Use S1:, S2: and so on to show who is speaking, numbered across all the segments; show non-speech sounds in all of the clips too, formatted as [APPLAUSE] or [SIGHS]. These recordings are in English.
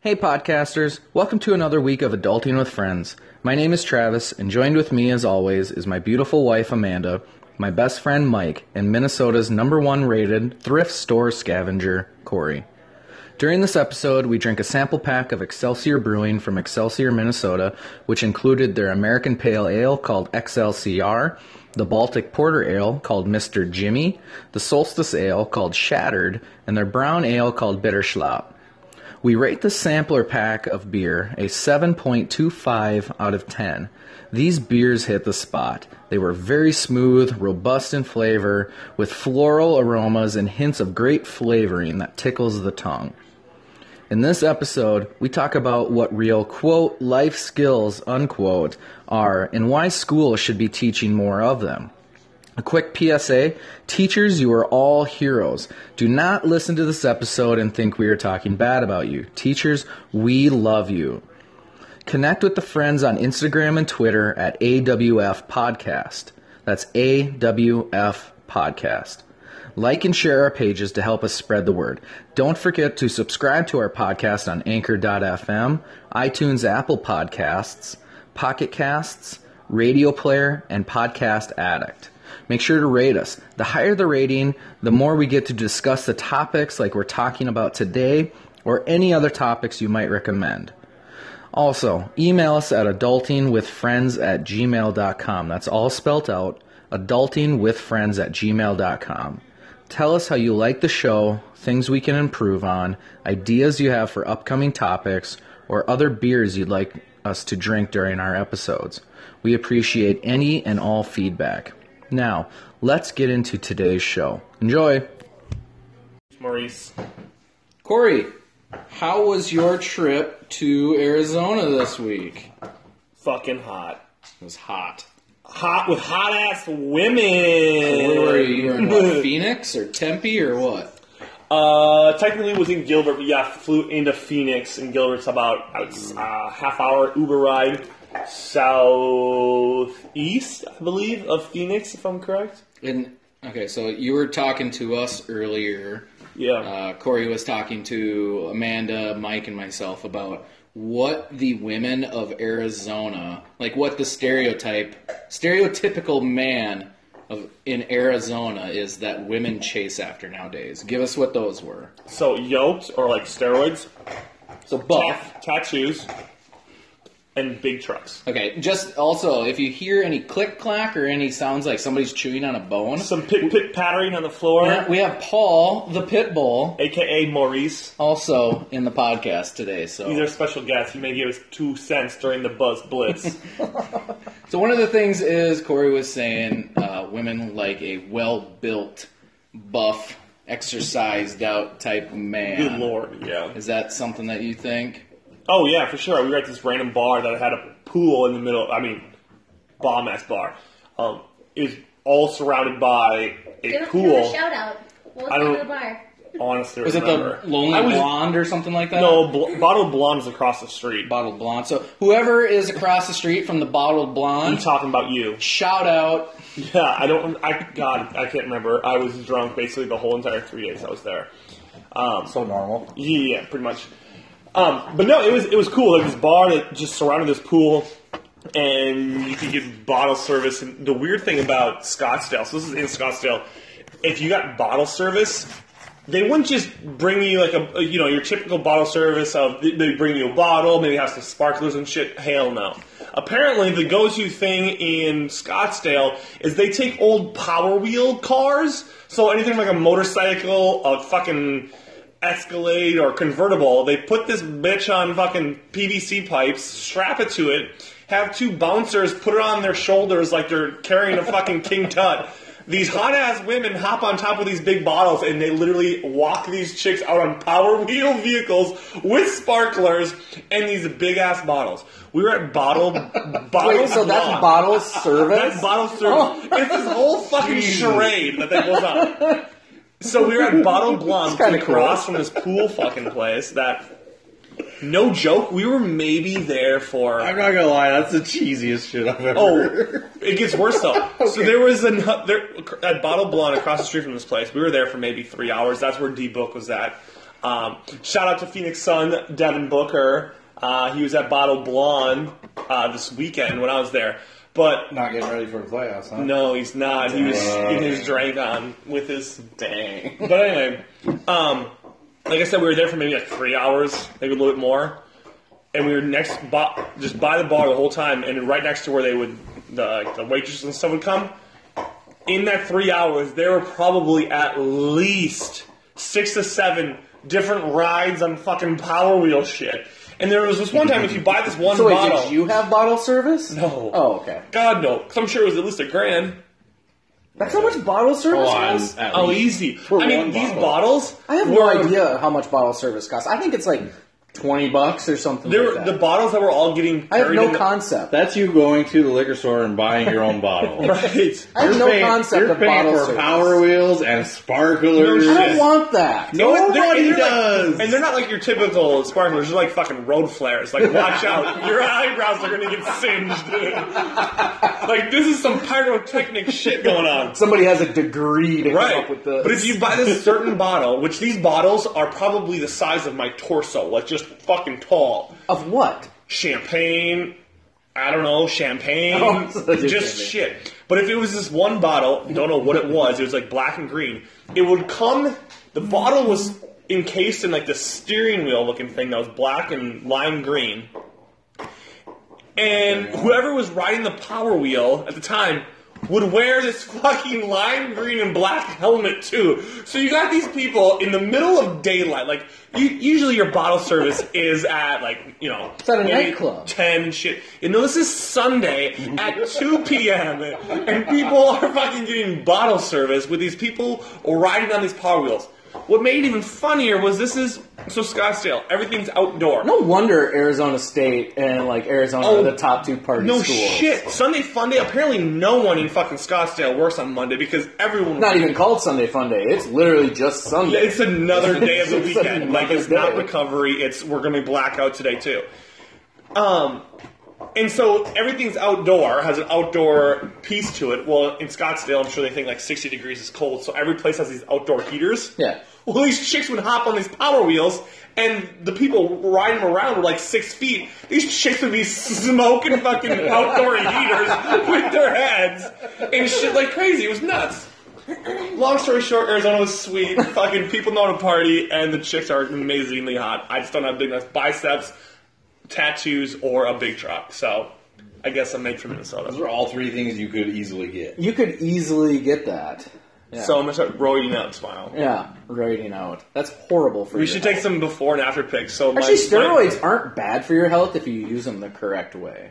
S1: Hey, podcasters. Welcome to another week of Adulting with Friends. My name is Travis, and joined with me, as always, is my beautiful wife, Amanda, my best friend, Mike, and Minnesota's number one rated thrift store scavenger, Corey. During this episode, we drink a sample pack of Excelsior Brewing from Excelsior, Minnesota, which included their American Pale Ale called XLCR, the Baltic Porter Ale called Mr. Jimmy, the Solstice Ale called Shattered, and their Brown Ale called Bitter Schlaup. We rate the sampler pack of beer a 7.25 out of 10. These beers hit the spot. They were very smooth, robust in flavor, with floral aromas and hints of great flavoring that tickles the tongue. In this episode, we talk about what real quote life skills unquote are and why schools should be teaching more of them. A quick PSA Teachers, you are all heroes. Do not listen to this episode and think we are talking bad about you. Teachers, we love you. Connect with the friends on Instagram and Twitter at AWF Podcast. That's AWF Podcast. Like and share our pages to help us spread the word. Don't forget to subscribe to our podcast on Anchor.fm, iTunes, Apple Podcasts, Pocket Casts, Radio Player, and Podcast Addict. Make sure to rate us. The higher the rating, the more we get to discuss the topics like we're talking about today or any other topics you might recommend. Also, email us at adultingwithfriends at gmail.com. That's all spelt out adultingwithfriends at gmail.com. Tell us how you like the show, things we can improve on, ideas you have for upcoming topics, or other beers you'd like us to drink during our episodes. We appreciate any and all feedback. Now, let's get into today's show. Enjoy.
S2: Maurice.
S1: Corey, how was your trip to Arizona this week?
S2: Fucking hot.
S1: It was hot.
S2: Hot with hot ass women.
S1: Where were you? You were in [LAUGHS]
S2: [LAUGHS]
S1: what, Phoenix or Tempe or what?
S2: Uh, technically was in Gilbert, but yeah, flew into Phoenix, and Gilbert's about a uh, half hour Uber ride southeast, I believe, of Phoenix, if I'm correct.
S1: And okay, so you were talking to us earlier.
S2: Yeah.
S1: Uh, Corey was talking to Amanda, Mike, and myself about what the women of Arizona, like what the stereotype, stereotypical man of in Arizona is that women chase after nowadays. Give us what those were.
S2: so yoked or like steroids,
S1: So buff.
S2: tat- tattoos, and big trucks.
S1: Okay, just also if you hear any click clack or any sounds like somebody's chewing on a bone,
S2: Some pick pick pattering on the floor,
S1: we have Paul the pit bull
S2: aka Maurice.
S1: also in the podcast today. So
S2: He's our special guest. He may give us two cents during the
S1: [LAUGHS]
S2: Buzz Blitz.
S1: So one of the things is Corey was saying uh, women like a well-built, buff, exercised-out type man.
S2: Good lord, yeah.
S1: Is that something that you think?
S2: Oh yeah, for sure. We were at this random bar that had a pool in the middle. I mean, bomb ass bar. Um, it was all surrounded by a
S3: Give, give her a
S2: pool.
S3: shout out. We'll
S2: I
S3: go
S2: don't-
S3: to the bar.
S2: Honestly,
S1: Was it
S2: remember.
S1: the Lonely
S2: I was,
S1: Blonde or something like that?
S2: No, bl- bottle blondes across the street.
S1: Bottled Blonde. So whoever is across the street from the Bottled
S2: I'm
S1: Blonde,
S2: talking about you.
S1: shout out.
S2: Yeah, I don't. I God, I can't remember. I was drunk basically the whole entire three days I was there. Um,
S4: So normal.
S2: Yeah, yeah, pretty much. Um, but no, it was it was cool. Like this bar that just surrounded this pool, and you could get bottle service. And the weird thing about Scottsdale, so this is in Scottsdale, if you got bottle service, they wouldn't just bring you like a you know your typical bottle service of they bring you a bottle, maybe have some sparklers and shit. Hell no. Apparently, the go-to thing in Scottsdale is they take old Power Wheel cars, so anything like a motorcycle, a fucking Escalade or convertible. They put this bitch on fucking PVC pipes, strap it to it, have two bouncers put it on their shoulders like they're carrying a fucking King Tut. These hot ass women hop on top of these big bottles and they literally walk these chicks out on power wheel vehicles with sparklers and these big ass bottles. We were at bottle bottle. Blonde.
S4: [LAUGHS] bottle service?
S2: That's bottle service. It's this whole fucking charade that, that goes on. So we were at Bottle Blonde
S4: kinda
S2: across from this pool fucking place that, no joke, we were maybe there for.
S4: I'm not gonna lie, that's the cheesiest shit I've ever
S2: Oh,
S1: [LAUGHS]
S4: heard.
S2: it gets worse though. So there was an, there, at Bottle Blonde across the street from this place. We were there for maybe three hours. That's where D Book was at. Um, shout out to Phoenix Sun, Devin Booker. Uh, he was at Bottle Blonde uh, this weekend when I was there. But
S1: Not getting ready for the playoffs, huh?
S2: no, he's not. He was
S1: Dang.
S2: getting his drink on
S1: [LAUGHS]
S2: with his.
S1: Dang.
S2: But anyway, um, like I said, we were there for maybe like three hours, maybe a little bit more, and we were next bo- just by the bar the whole time, and right next to where they would the the waitresses and stuff would come. In that three hours, there were probably at least six to seven different rides on fucking Power Wheel shit. And there was this one time, if you buy this one
S1: So wait,
S2: bottle,
S1: did you have bottle service?
S2: No.
S1: Oh, okay.
S2: God no, because I'm sure it was at least a grand.
S1: That's how much bottle service
S5: Hold on,
S1: was?
S5: at
S2: Oh,
S5: least.
S2: easy.
S1: For
S2: I mean,
S1: one
S2: these
S1: bottle.
S2: bottles.
S1: I have
S2: were-
S1: no idea how much bottle service costs. I think it's like twenty bucks or something.
S2: They
S1: like
S2: were,
S1: that.
S2: the bottles that were all getting.
S1: I have
S2: carried in
S1: no
S2: the- [LAUGHS]
S1: concept.
S5: That's you going to the liquor store and buying your
S1: [LAUGHS]
S5: own bottle.
S2: Right.
S1: I have
S5: You're
S1: no
S5: paying-
S1: concept
S5: you're
S1: of
S5: paying
S1: bottle
S5: for
S1: service.
S5: Power wheels and sparklers.
S1: I don't want that.
S2: No, and they're- and
S5: Nobody
S2: they're like-
S5: does.
S2: and they're not like your typical sparklers. They're like fucking road flares. Like,
S1: [LAUGHS]
S2: watch out, your eyebrows are gonna get singed. dude. like, this is some pyrotechnic shit going on.
S1: Somebody has a degree to come
S2: Right.
S1: up with this.
S2: But if you buy this certain bottle, which these bottles are probably the size of my torso, like just fucking tall.
S1: of what?
S2: Champagne, I don't know,
S1: [LAUGHS]
S2: champagne,
S1: Oh, so it's
S2: just
S1: champagne.
S2: shit. But if it was this one bottle, don't know what it was, it was like black and green, it would come, the bottle was encased in like this steering wheel looking thing that was black and lime green. And whoever was riding the power wheel at the time would wear this [LAUGHS] fucking lime green and black helmet too. So you got these people in the middle of daylight. Like you, usually your bottle service is at like you know
S1: at a
S2: maybe
S1: nightclub.
S2: ten and shit. You know this is Sunday at two p.m. and people are fucking getting bottle service with these people riding on these power wheels. What made it even funnier was this is so Scottsdale. Everything's outdoor.
S1: No wonder Arizona State and like Arizona
S2: Oh,
S1: are the top two party
S2: No
S1: schools.
S2: shit. Sunday fun day. Apparently, no one in fucking Scottsdale works on Monday because everyone.
S1: Not even called Sunday Fun Day. It's literally just Sunday.
S2: Yeah, It's another day of the
S1: [LAUGHS] It's
S2: weekend. Like it's
S1: another
S2: not
S1: day.
S2: recovery. It's we're gonna be blackout today too. Um, and so everything's outdoor has an outdoor piece to it. Well, in Scottsdale, I'm sure they think like 60 degrees is cold, so every place has these outdoor heaters.
S1: Yeah.
S2: Well, these chicks would hop on these power wheels, and the people riding them around were like six feet. These chicks would be smoking
S1: [LAUGHS]
S2: fucking outdoor heaters with their heads and shit like crazy. It was nuts. Long story short, Arizona was sweet.
S1: [LAUGHS]
S2: Fucking people know how to party, and the chicks are amazingly hot. I just don't have big enough biceps, tattoos, or a big truck. So I guess I'm made for Minnesota.
S5: Those are all three things you could easily get.
S1: You could easily get that. Yeah.
S2: So I'm gonna start roiding out tomorrow.
S1: yeah, writing out. That's horrible for
S2: We
S1: your
S2: should
S1: health.
S2: take some before and after pics. So my-
S1: Actually,
S2: my-
S1: steroids aren't bad for your health if you use them the correct way.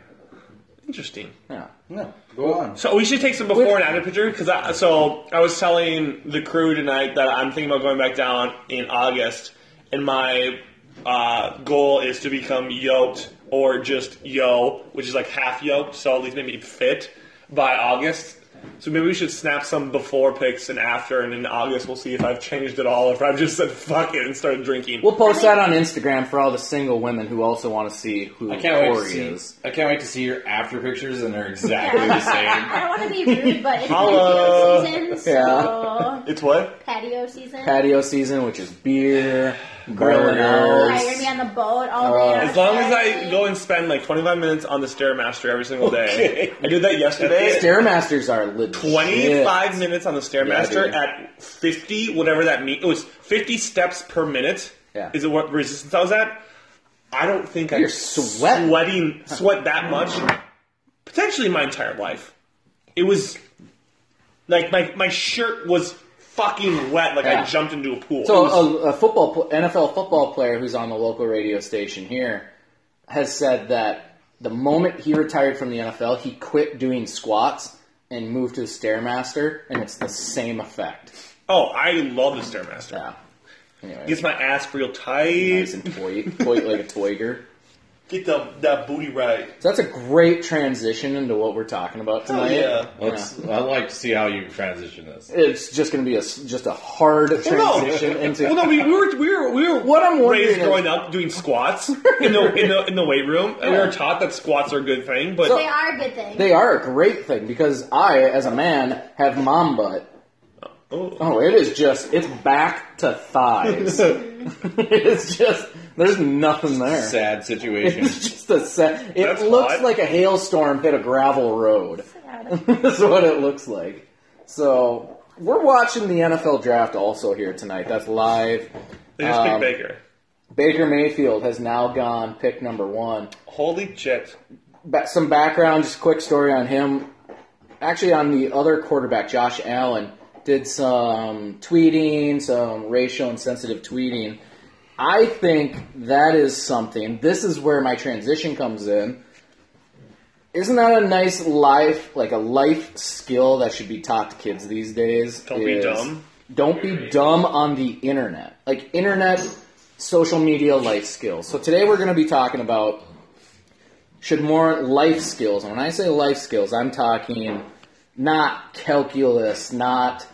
S2: Interesting.
S1: Yeah.
S5: No, go on.
S2: So we should take some before and after picture because I, so I was telling the crew tonight that I'm thinking about going back down in August, and my uh, goal is to become yoked or just yo, which is like half yoked, so at least maybe fit by August. So maybe we should snap some before pics and after, and in August we'll see if I've changed at all, or if I've just said fuck it and started drinking.
S1: We'll post that on Instagram for all the single women who also want to see who
S5: I can't
S1: Corey
S5: wait to
S1: is.
S5: see. I can't wait to see your after pictures, and they're
S1: [LAUGHS]
S5: exactly the
S3: I
S5: same.
S3: don't want to be rude, but it's
S1: [LAUGHS]
S2: Hello.
S3: patio season,
S1: Yeah.
S3: so
S2: it's what?
S3: patio season.
S1: Patio season, which is
S5: [SIGHS]
S1: beer, grilling
S5: Burgers.
S3: Yeah,
S1: out.
S3: you're gonna be on the boat
S1: Uh,
S3: all day.
S2: As long as I go and spend like 25 minutes on the Stairmaster every single day. I did that yesterday.
S1: Stairmasters are legit.
S2: 25 minutes on the
S5: Yeah,
S2: Stairmaster
S5: dude.
S2: at 50, whatever that means. It was 50 steps per minute.
S1: Yeah.
S2: Is it what resistance I was at? I don't think I
S1: You're sweating.
S2: sweating sweat that much. Potentially my entire life. It was like my my shirt was fucking wet. Like
S1: Yeah.
S2: I jumped into a pool. It
S1: So uh,
S2: was-
S1: a, a football pl- NFL football player who's on the local radio station here has said that the moment he retired from the NFL, he quit doing squats and moved to the stairmaster, and it's the same effect.
S2: oh, I love the Stairmaster.
S1: Yeah. Anyway,
S2: Gets my ass real
S1: nice
S2: tight.
S1: and toy, toy like a toiger.
S2: [LAUGHS] Get the, that booty right.
S1: So that's a great transition into what we're talking about
S2: Hell
S1: tonight.
S2: yeah.
S5: Let's. I'd like to see how you transition this.
S1: It's just going to be a s- just a hard
S2: [LAUGHS]
S1: transition into.
S2: Well, no, we, we were we were we were
S1: What I'm wondering
S2: raised
S1: is-
S2: growing up doing squats in the in the in the weight room, and we were taught that squats are a good thing. But
S3: they are a good thing.
S1: They are a great thing because I, as a man, have mom butt.
S2: um,
S1: Oh, it is just it's back to thighs. [LAUGHS] it's just there's nothing there.
S5: Sad situation.
S1: [LAUGHS] It's just a set. It
S2: That's
S1: looks
S2: hot.
S1: like a hailstorm hit a gravel road. [LAUGHS] That's what it looks like. So we're watching the NFL draft also here tonight. That's live.
S2: They just
S1: Um,
S2: picked Baker.
S1: Baker Mayfield has now gone pick number one.
S2: Holy shit.
S1: Ba- some background, just a quick story on him. Actually, on the other quarterback, Josh Allen, did some tweeting, some racial insensitive tweeting. I think that is something. This is where my transition comes in. Isn't that a nice life, like a life skill that should be taught to kids these days?
S2: Don't be
S1: is
S2: dumb.
S1: Don't be dumb on the internet. Like internet, social media, life skills. So today we're going to be talking about should more life skills. And when I say life skills, I'm talking not calculus, not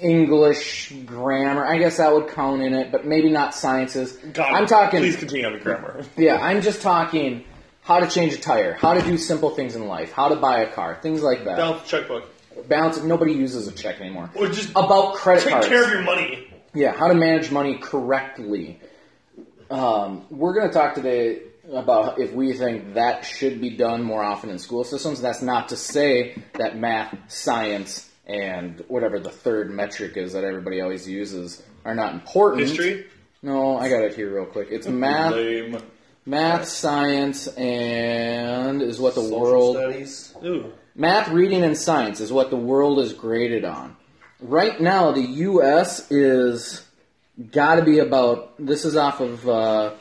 S1: English grammar. I guess that would count in it, but maybe not sciences.
S2: God,
S1: I'm talking
S2: Please continue on the grammar.
S1: yeah, I'm just talking how to change a tire, how to do simple things in life, how to buy a car, things like that.
S2: Balance the checkbook.
S1: Balance nobody uses a check anymore.
S2: Or just
S1: About credit
S2: take
S1: cards.
S2: care of your money.
S1: Yeah, how to manage money correctly. Um, we're going to talk today about if we think that should be done more often in school systems. That's not to say that math, science, and whatever the third metric is that everybody always uses are not important.
S2: History.
S1: No, I got it here real quick. It's math,
S5: Lame.
S1: math, science, and is what the
S5: Social
S1: world
S5: studies.
S2: Ooh.
S1: Math, reading, and science is what the world is graded on. Right now, the U.S. is got to be about. This is off of uh,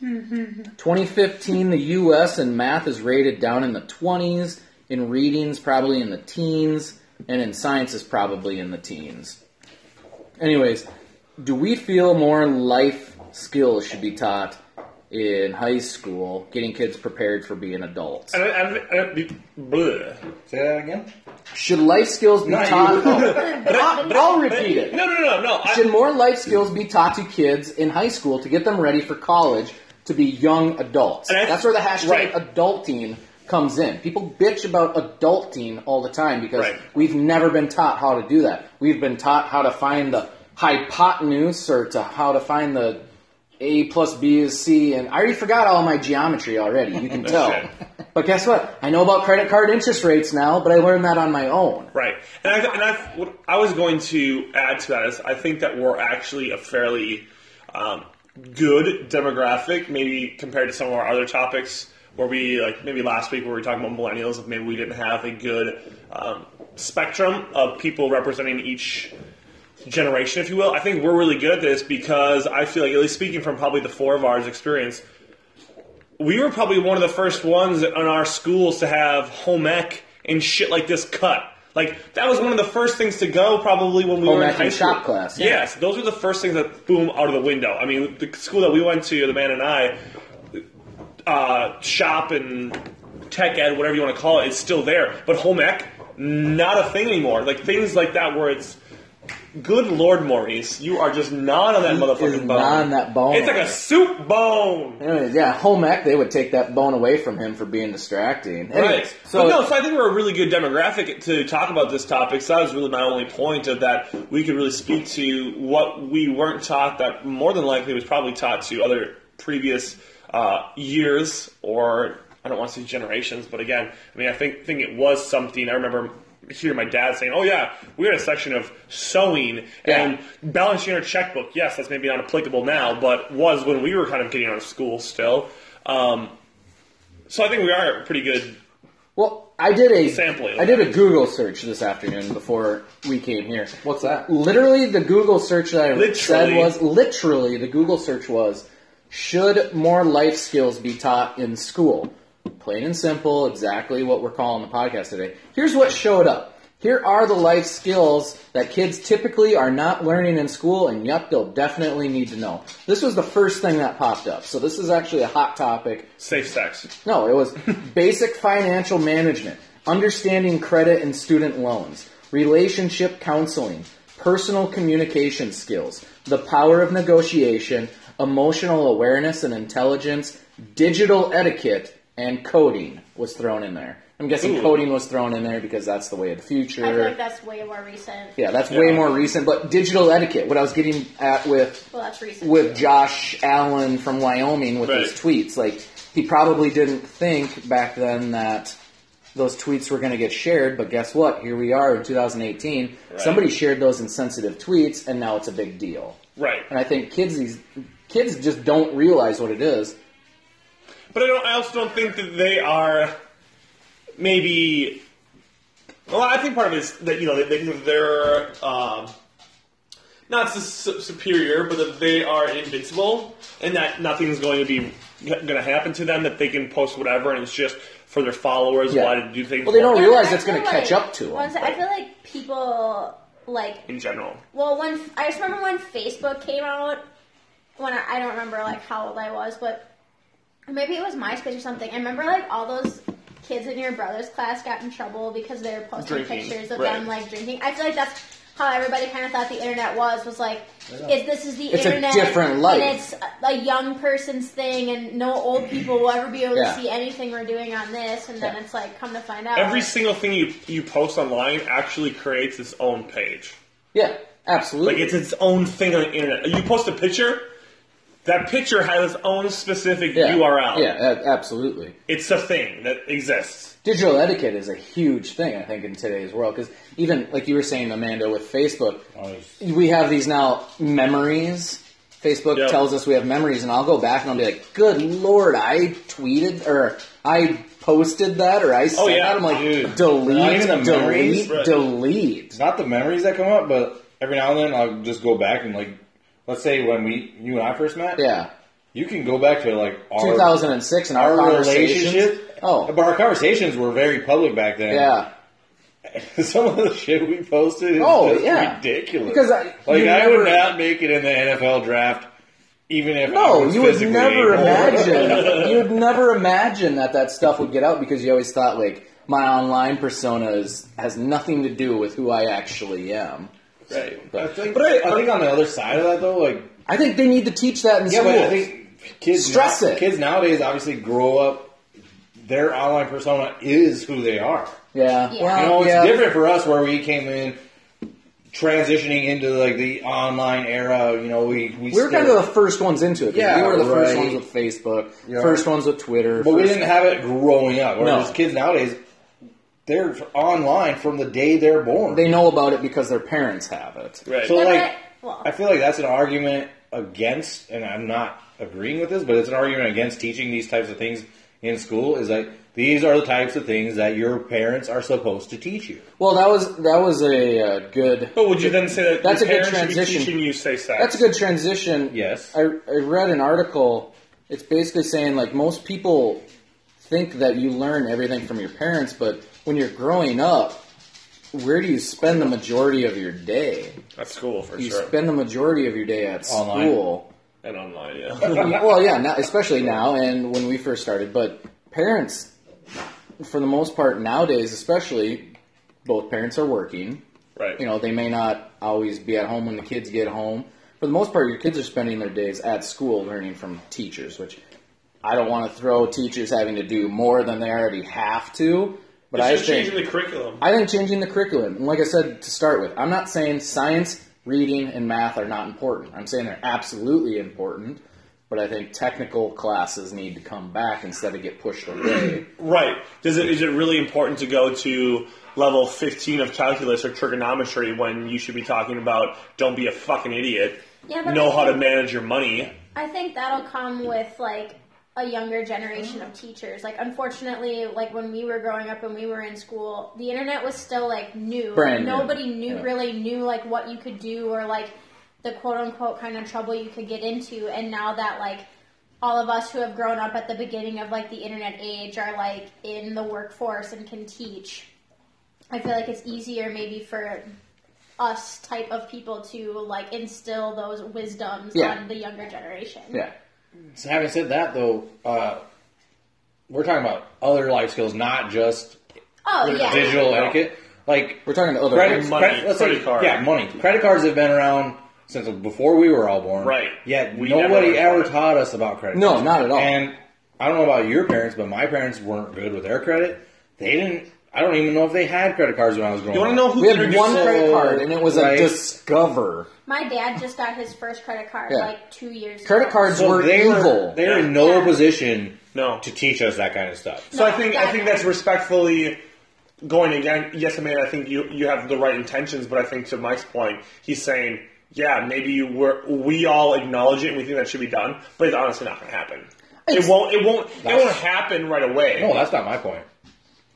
S1: 2015. The U.S. in math is rated down in the 20s. In readings, probably in the teens, and in science is probably in the teens. Anyways, do we feel more life skills should be taught in high school, getting kids prepared for being adults?
S2: And I, I, I, I, bleh.
S5: Say that again.
S1: Should life skills be
S5: Not
S1: taught? [LAUGHS]
S5: you.
S1: I'll, I'll repeat it.
S2: [LAUGHS] No, no, no, no. I,
S1: Should more life skills be taught to kids in high school to get them ready for college to be young adults?
S2: And I-
S1: That's where the hashtag
S2: right.
S1: adulting comes in. People bitch about adulting all the time because
S2: Right.
S1: we've never been taught how to do that. We've been taught how to find the hypotenuse or to how to find the a plus B is C, and I already forgot all my geometry already. You
S2: [LAUGHS]
S1: can tell.
S2: Shit.
S1: But guess what? I know about credit card interest rates now, but I learned that on my own.
S2: right. And I, and I, what I was going to add to that is I think that we're actually a fairly um, good demographic, maybe compared to some of our other topics where we, like maybe last week where we were talking about millennials, if maybe we didn't have a good um, spectrum of people representing each generation, if you will. I think we're really good at this because I feel like, at least speaking from probably the four of ours experience, we were probably one of the first ones in our schools to have home ec and shit like this cut. Like that was one of the first things to go probably when we
S1: Home
S2: were in
S1: ec
S2: high
S1: and
S2: school.
S1: shop class, yeah.
S2: Yes, those were the first things that boom out of the window. I mean, the school that we went to, the man and I, uh, shop and tech ed, whatever you want to call it, it's still there. But home ec, not a thing anymore. Like things like that where it's good lord Maurice, you are just not on that motherfucking
S1: is
S2: bone.
S1: not on that bone.
S2: It's like a soup bone.
S1: Anyways, yeah, home ec, they would take that bone away from him for being distracting. Anyways,
S2: Right.
S1: So,
S2: but no, so I think we're a really good demographic to talk about this topic. So that was really my only point of that we could really speak to what we weren't taught that more than likely was probably taught to other previous uh, years or I don't want to say generations, but again, I mean I think think it was something I remember hearing my dad saying, "Oh yeah, we had a section of sewing
S1: Yeah.
S2: and balancing our checkbook." Yes, that's maybe not applicable now, but was when we were kind of getting out of school still. Um, so I think we are pretty good
S1: well, I did a
S2: Sampling.
S1: I did a Google search this afternoon before we came here.
S6: What's that?
S1: Literally, the Google search that I said
S2: Literally.
S1: was literally the Google search was should more life skills be taught in school? Plain and simple, exactly what we're calling the podcast today. Here's what showed up. Here are the life skills that kids typically are not learning in school, and yet they'll definitely need to know. This was the first thing that popped up, so this is actually a hot topic.
S2: Safe sex.
S1: No, it was basic financial management, understanding credit and student loans, relationship counseling, personal communication skills, the power of negotiation, emotional awareness and intelligence, digital etiquette, and coding was thrown in there. I'm guessing
S2: Ooh.
S1: coding was thrown in there because that's the way of the future.
S3: I
S1: [LAUGHS]
S3: feel like that's way more recent.
S1: yeah, that's way
S2: Yeah.
S1: more recent. But digital etiquette, what I was getting at with
S3: Well, that's recent.
S1: with Josh Allen from Wyoming with his tweets. Like he probably didn't think back then that those tweets were going to get shared, but guess what? Here we are in 2018. Somebody shared those insensitive tweets, and now it's a big deal.
S2: Right.
S1: And I think kids these kids just don't realize what it is.
S2: But I don't. I also don't think that they are maybe. Well, I think part of it is that you know they think that they're um, not su- superior, but that they are invincible, and that nothing's going to be going to happen to them. That they can post whatever, and it's just for their followers
S1: Yeah.
S2: why to do things.
S1: Well, they don't
S3: Yeah,
S1: realize
S3: I
S1: that's
S3: feel
S1: going to catch
S3: like-
S1: up to
S3: well,
S1: them.
S3: I feel like people like
S2: in general.
S3: Well, when I just remember when Facebook came out, when I, I don't remember like how old I was, but maybe it was MySpace or something. I remember like all those kids in your brother's class got in trouble because they were posting
S2: Drinking,
S3: pictures of
S2: right.
S3: them like drinking. I feel like that's how everybody kind of thought the internet was was like is this is the
S1: It's a
S3: internet
S1: different life.
S3: and it's a- a young person's thing and no old people will ever be able
S1: Yeah.
S3: to see anything we're doing on this and then
S1: Yeah.
S3: it's like come to find out
S2: Every single thing you you post online actually creates its own page.
S1: Yeah,
S2: Like
S1: absolutely.
S2: it's its own thing on the internet. You post a picture, that picture has its own specific
S1: yeah.
S2: URL.
S1: Yeah, a- absolutely.
S2: It's a thing that exists.
S1: digital etiquette is a huge thing, I think, in today's world. Because even like you were saying, Amanda, with Facebook,
S5: Nice.
S1: we have these now memories. Facebook
S2: Yep.
S1: tells us we have memories, and I'll go back and I'll be like, "Good lord, I tweeted or I posted that or I said
S2: yeah,
S1: that." I'm like,
S5: Oh, dude. Not
S1: "Delete,
S5: even the
S1: delete,
S5: memories,
S2: but-
S1: delete."
S5: It's not the memories that come up, but every now and then I'll just go back and like, let's say when we you and I first met,
S1: Yeah,
S5: you can go back to like our
S1: 2006 and our,
S5: our
S1: conversations.
S5: relationship.
S1: Oh,
S5: but our conversations were very public back then.
S1: yeah.
S5: [LAUGHS] some of the shit we posted is
S1: Oh,
S5: just
S1: yeah.
S5: ridiculous.
S1: Because I-
S5: like
S1: you
S5: I
S1: never-
S5: would not make it in the NFL draft, even if I
S1: No,
S5: was
S1: you would
S5: physically [LAUGHS]
S1: never
S5: able. [LAUGHS]
S1: imagine. you would never imagine that that stuff would get out because you always thought like my online persona is, has nothing to do with who I actually am.
S5: Right.
S1: But-
S5: I think,
S2: but
S5: but
S2: I-
S5: I, think on the other side of that though, like
S1: I think they need to teach that in
S5: yeah,
S1: school.
S5: but I think kids
S1: Stress
S5: now-
S1: it.
S5: Kids nowadays obviously grow up. Their online persona is who they are.
S1: yeah,
S3: Yeah.
S5: You
S1: Well,
S5: know, it's
S1: yeah.
S5: different for us where we came in transitioning into like the online era. You know, we
S1: We
S5: we,
S1: were kind
S5: still-
S1: of the first ones into it. 'cause
S5: Yeah,
S1: we were the first
S5: right.
S1: ones with Facebook,
S5: Yeah.
S1: first ones with Twitter.
S5: But we
S1: first-
S5: didn't have it growing up. Whereas
S1: No.
S5: kids nowadays, they're online from the day they're born.
S1: they know about it because their parents have it.
S2: Right.
S5: so
S3: But
S5: like,
S3: I- well,
S5: I feel like that's an argument against, and I'm not agreeing with this, but it's an argument against teaching these types of things in school. Is like these are the types of things that your parents are supposed to teach you.
S1: Well, that was that was a uh, good.
S2: But would you then say that
S1: That's
S2: your
S1: a good
S2: parents should be
S1: transition.
S2: teaching you say sex?
S1: That's a good transition.
S5: Yes.
S1: I, I read an article. It's basically saying like most people think that you learn everything from your parents, but when you're growing up, where do you spend the majority of your day?
S2: At school for
S1: You
S2: sure,
S1: spend the majority of your day at
S5: Online.
S1: school.
S2: and online.
S1: [LAUGHS]
S2: Yeah.
S1: well, yeah, now, especially now and when we first started, but parents, for the most part nowadays, especially, both parents are working
S2: right.
S1: you know they may not always be at home when the kids get home for the most part your kids are spending their days at school learning from teachers which i don't want to throw teachers having to do more than they already have to but
S2: it's
S1: i
S2: just
S1: think
S2: changing the curriculum.
S1: i think changing the curriculum and like i said to start with i'm not saying science reading and math are not important i'm saying they're absolutely important but i think technical classes need to come back instead of get pushed
S5: [CLEARS THROAT]
S1: away
S2: right. Does it is it really important to go to level 15 of calculus or trigonometry when you should be talking about don't be a fucking idiot,
S3: Yeah, but
S2: know
S3: I
S2: how to
S3: think-
S2: manage your money?
S3: I think that'll come with like a younger generation of teachers. Like unfortunately, like when we were growing up and we were in school, the internet was still like new.
S1: Brand new.
S3: Nobody knew
S1: Yeah.
S3: really knew like what you could do or like the quote unquote kind of trouble you could get into and now that like all of us who have grown up at the beginning of like the internet age are like in the workforce and can teach. I feel like it's easier maybe for us type of people to like instill those wisdoms
S1: Yeah.
S3: on the younger generation.
S1: yeah
S5: So having said that, though, uh, we're talking about other life skills, not just
S3: Oh yeah.
S5: digital etiquette. Like
S1: we're talking to other
S5: credit,
S2: Money,
S5: credit- let's say-
S2: credit card.
S5: Yeah, money. Credit cards have been around since before we were all born.
S2: Right.
S5: Yet
S2: We
S5: nobody
S2: never-
S5: ever taught us about credit.
S1: No,
S5: cards.
S1: not at all.
S5: And I don't know about your parents, but my parents weren't good with their credit. They didn't. I don't even know if they had credit cards when I was growing
S2: You want
S5: up.
S2: to know who
S1: We had
S2: introduced
S1: one
S2: it?
S1: credit card, and it was
S5: Right.
S1: a Discover.
S3: My dad just got his first credit card
S1: Yeah.
S3: like two years
S1: Credit
S3: ago.
S1: cards were
S5: they
S1: evil.
S5: Were, they were in no
S3: Yeah.
S5: position
S2: No.
S5: to teach us that kind of stuff.
S2: So I think I think that's respectfully going again. Yes, I mean I think you you have the right intentions, but I think to Mike's point, he's saying, yeah, maybe you were, we all acknowledge it and we think that should be done, but it's honestly not going to happen. It won't. It won't. It won't happen right away.
S5: No, that's not my point.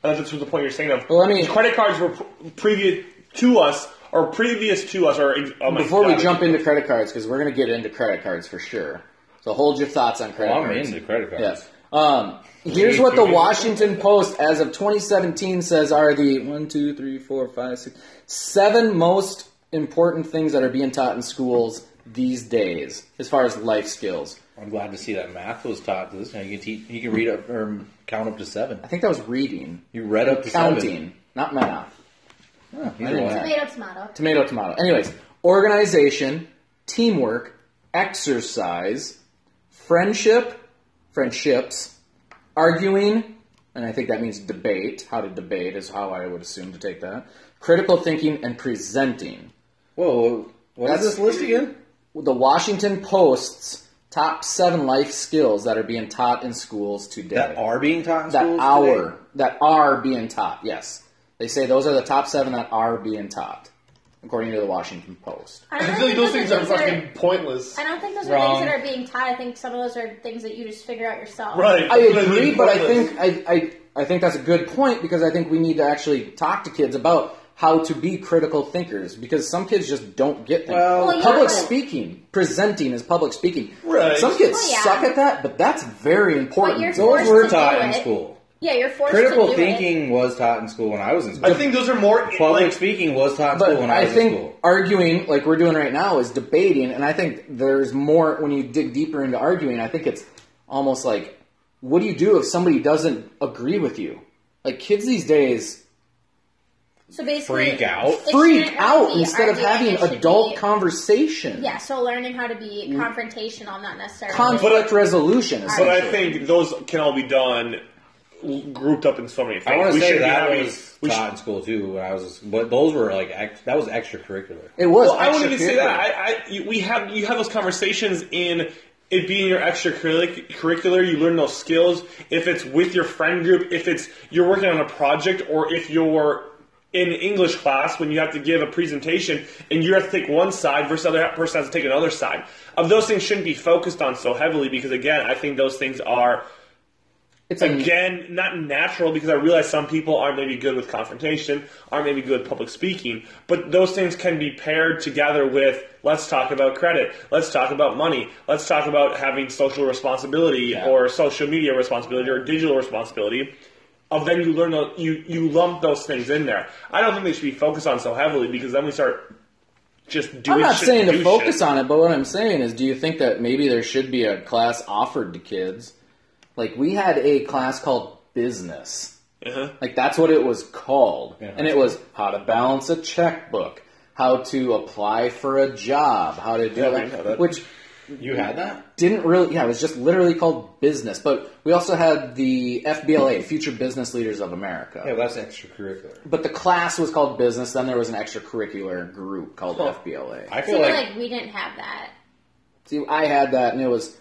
S2: Uh, that's what the point you're saying of.
S1: Well, I mean-
S2: credit cards were pr- previous to us, or previous to us, or oh my
S1: Before we
S2: God.
S1: jump into credit cards, because we're going to get into credit cards for sure. So hold your thoughts on credit
S5: Well, I'm
S1: cards.
S5: into credit cards.
S1: Yes. Um, here's what the Washington Post, as of 2017, says are the one, two, three, four, five, six, seven most important things that are being taught in schools these days, as far as life skills.
S5: I'm glad to see that math was taught to this. Now you can te- you can read up or count up to seven.
S1: I think that was reading,
S5: You read up to
S1: counting, not math.
S5: seven. Huh,
S1: I
S5: either
S1: didn't
S5: one.
S1: know.
S3: Tomato, tomato.
S1: Tomato, tomato. Anyways, organization, teamwork, exercise, friendship, friendships, arguing, and I think that means debate. How to debate is how I would assume to take that. Critical thinking and presenting.
S5: Whoa, what is
S1: That's-
S5: this list again?
S1: The Washington Post's top seven life skills that are being taught in schools today.
S5: That are being taught in
S1: that
S5: schools
S1: are
S5: today?
S1: that are being taught. Yes, they say those are the top seven that are being taught, according to the Washington Post.
S3: I
S7: I
S3: don't
S7: feel like
S3: think
S7: those things are
S3: that-
S7: fucking pointless.
S3: I don't think those
S1: Wrong.
S3: are things that are being taught. I think some of those are things that you just figure out yourself.
S2: Right.
S1: I agree, but I
S2: Pointless.
S1: think I, I I think that's a good point because I think we need to actually talk to kids about how to be critical thinkers because some kids just don't get things.
S5: Well,
S3: Well, yeah.
S1: public speaking, presenting is public speaking.
S7: Right.
S1: Some kids
S3: Well, yeah.
S1: suck at that, but that's very important.
S3: you're
S1: Those
S3: forced
S5: Those
S1: were-
S5: were
S3: to do
S5: taught in
S3: it.
S5: school.
S3: Yeah, you're forced
S5: Critical
S3: to do It.
S5: thinking was taught in school when I was in school.
S2: I think those are more
S5: Public
S2: like,
S5: speaking was taught in
S1: But
S5: school when I,
S1: I
S5: was in
S1: think
S5: school.
S1: arguing, like we're doing right now, is debating, and I think there's more when you dig deeper into arguing. I think it's almost like, what do you do if somebody doesn't agree with you? Like kids these days
S3: So basically,
S5: Freak out.
S3: it
S1: freak
S3: shouldn't
S1: out
S3: really be
S1: instead of
S3: arguing,
S1: having
S3: it should
S1: adult Mm.
S3: be-
S1: conversation.
S3: Yeah, so learning how to be confrontational, not necessarily.
S1: Conflict resolution.
S2: But I
S1: essentially.
S2: think those can all be done grouped up in so many things.
S5: I want to
S2: We
S5: say
S2: shouldn't be
S5: that
S2: having-
S5: was
S2: we
S5: taught
S2: should-
S5: in school too when I was, but those were like ex, that was extracurricular.
S1: it was.
S2: Well, I wouldn't even say
S1: extracurricular.
S2: that. I, I, you- we have you have those conversations in it being your extracurricular. You learn those skills if it's with your friend group, if it's you're working on a project, or if you're in English class when you have to give a presentation and you have to take one side versus the other person has to take another side. Of those things shouldn't be focused on so heavily because again, I think those things are
S1: it's a,
S2: again not natural because I realize some people aren't maybe good with confrontation, aren't maybe good with public speaking, but those things can be paired together with let's talk about credit, let's talk about money, let's talk about having social responsibility or social media responsibility or digital responsibility. Of then you learn tho- you you lump those things in there. I don't think they should be focused on so heavily because then we start just doing.
S1: I'm not
S2: shit
S1: saying
S2: do
S1: to focus
S2: shit.
S1: on it, but what I'm saying is, do you think that maybe there should be a class offered to kids? Like we had a class called business.
S2: Uh-huh.
S1: Like that's what it was called, and it was how to balance a checkbook, how to apply for a job, how to do
S2: Yeah, we
S1: that,
S2: had that.
S1: which
S5: You had that?
S1: didn't really yeah it was just literally called business but we also had the fbla future business leaders of america
S5: Yeah, but that's extracurricular.
S1: but the class was called business then there was an extracurricular group called fbla
S5: I
S3: See,
S5: feel
S3: like,
S5: like
S3: we didn't have that.
S1: see i had that and it was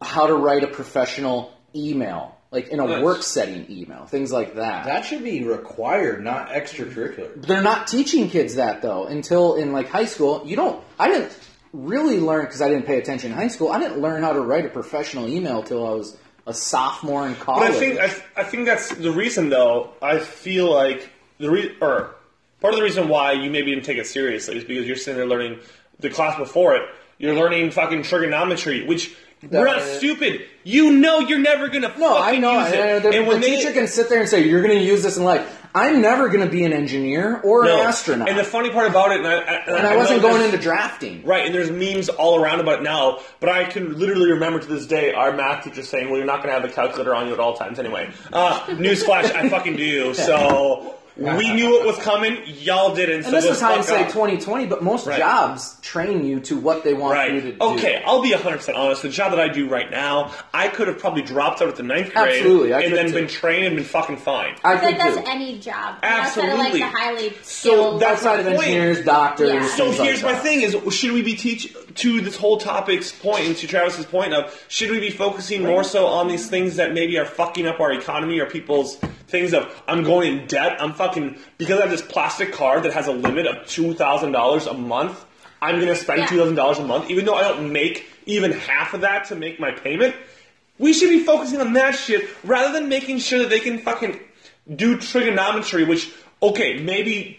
S1: how to write a professional email like in a
S2: Nice.
S1: work setting email things like that
S5: that should be required, not extracurricular.
S1: they're not teaching kids that though until in like high school you don't i didn't really learn because i didn't pay attention in high school i didn't learn how to write a professional email till i was a sophomore in college
S2: But I think I, th- I think that's the reason, though. I feel like the re- or part of the reason why you maybe didn't take it seriously is because you're sitting there learning the class before it. You're learning fucking trigonometry, which we're not
S1: That-
S2: stupid. You know you're never gonna
S1: No,
S2: fucking
S1: I know.
S2: use it.
S1: And, uh, the
S2: and when
S1: the
S2: they-
S1: teacher can sit there and say, "You're going to use this in life." I'm never going to be an engineer or
S2: no.
S1: an astronaut,
S2: And the funny part about it, and I, I,
S1: And I
S2: know
S1: wasn't going
S2: there's-
S1: into drafting.
S2: Right, and there's memes all around about it now, but I can literally remember to this day our math teacher
S1: [LAUGHS]
S2: saying, well, you're not going to have a calculator on you at all times anyway. Uh, newsflash, I fucking do, so we knew it was coming. Y'all didn't.
S1: And
S2: so
S1: this
S2: let's
S1: is
S2: fuck
S1: hindsight
S2: off.
S1: 2020, but most
S2: Right.
S1: jobs train you to what they want you to
S2: Right.
S1: do.
S2: Okay, I'll be 100% honest. The job that I do right now, I could have probably dropped out at the ninth grade
S1: Absolutely, I
S2: and
S1: could
S2: then
S1: too.
S2: been trained and been fucking fine.
S1: I
S3: But
S1: think
S3: that's
S1: too.
S3: any job.
S2: Absolutely.
S3: Outside of like the highly
S2: So
S3: skilled.
S2: that's
S1: outside of
S2: my point.
S1: engineers, doctors.
S3: Yeah.
S2: So
S1: things like
S2: here's my
S1: that.
S2: thing: is should we be teach to this whole topic's point and to Travis's point of should we be focusing more so on these things that maybe are fucking up our economy or people's things of I'm going in debt, I'm fucking because I have this plastic card that has a limit of two thousand dollars a month. I'm gonna spend
S3: Yeah.
S2: two thousand dollars a month, even though I don't make even half of that to make my payment. We should be focusing on that shit rather than making sure that they can fucking do trigonometry, which okay, maybe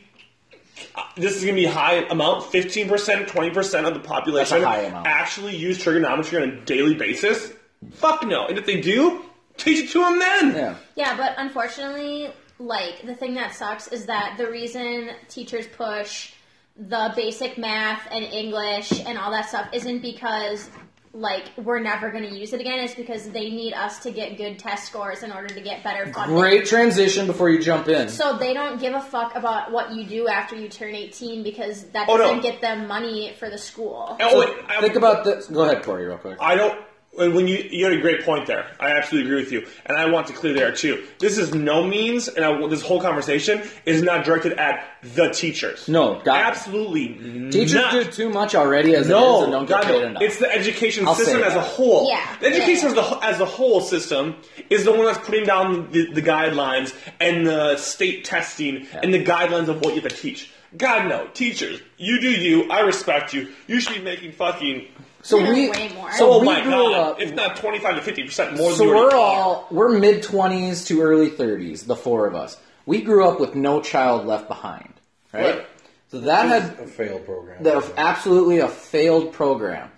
S2: uh, this is going to be a high amount 15% 20% of the population
S1: high amount.
S2: actually use trigonometry on a daily basis fuck no and if they do teach it to them then
S1: Yeah.
S3: Yeah, but unfortunately, like the thing that sucks is that the reason teachers push the basic math and English and all that stuff isn't because like we're never going to use it again. It's because they need us to get good test scores in order to get better funding.
S1: Great transition before you jump in.
S3: So they don't give a fuck about what you do after you turn 18 because that
S2: Oh, no.
S3: doesn't get them money for the school.
S2: oh, wait, I,
S1: think about this. Go ahead, Corey, real quick.
S2: I don't and when you you had a great point there i absolutely agree with you and i want to clear there too this is no means and I, this whole conversation is not directed at the teachers
S1: No, God.
S2: absolutely
S1: Teachers
S2: not.
S1: do too much already as it is
S2: No,
S1: and don't
S2: God,
S1: get paid
S2: no.
S1: enough.
S2: it's the education
S1: I'll
S2: system
S1: say
S2: as a
S1: that.
S2: whole.
S3: Yeah.
S2: The education
S3: Yeah.
S2: As, the, wh- as a whole system is the one that's putting down the, the guidelines and the state testing and the guidelines of what you have to teach. God, no. Teachers, you do you. I respect you. You should be making fucking,
S1: so
S3: Yeah,
S1: we,
S3: way more.
S1: so
S2: oh
S1: we
S2: my
S1: grew
S2: God,
S1: up.
S2: if not 25 to 50% more
S1: so
S2: than you
S1: we're
S2: already-
S1: all we're mid twenties to early thirties, the four of us. We grew up with no child left behind, right?
S2: Right.
S1: So that had
S5: a failed program.
S1: that was absolutely a failed program.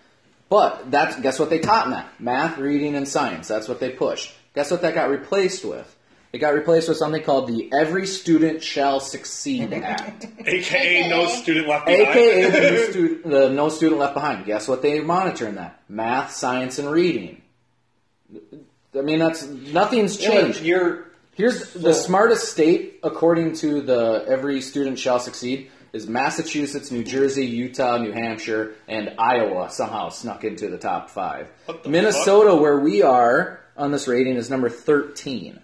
S1: But that's guess what they taught in that math, reading, and science. That's what they pushed. Guess what that got replaced with? It got replaced with something called the Every Student Shall Succeed Act,
S2: AKA no
S3: AKA.
S2: student left behind.
S1: aka the, new stu- the No Student Left Behind. Guess what they monitor in that? Math, science, and reading. I mean, that's nothing's
S2: [LAUGHS]
S1: changed.
S5: You're
S1: Here's the smartest state, according to the Every Student Shall Succeed, is Massachusetts, New Jersey, Utah, New Hampshire, and Iowa somehow snuck into the top five.
S2: What the
S1: Minnesota, where we are on this rating, is number 13.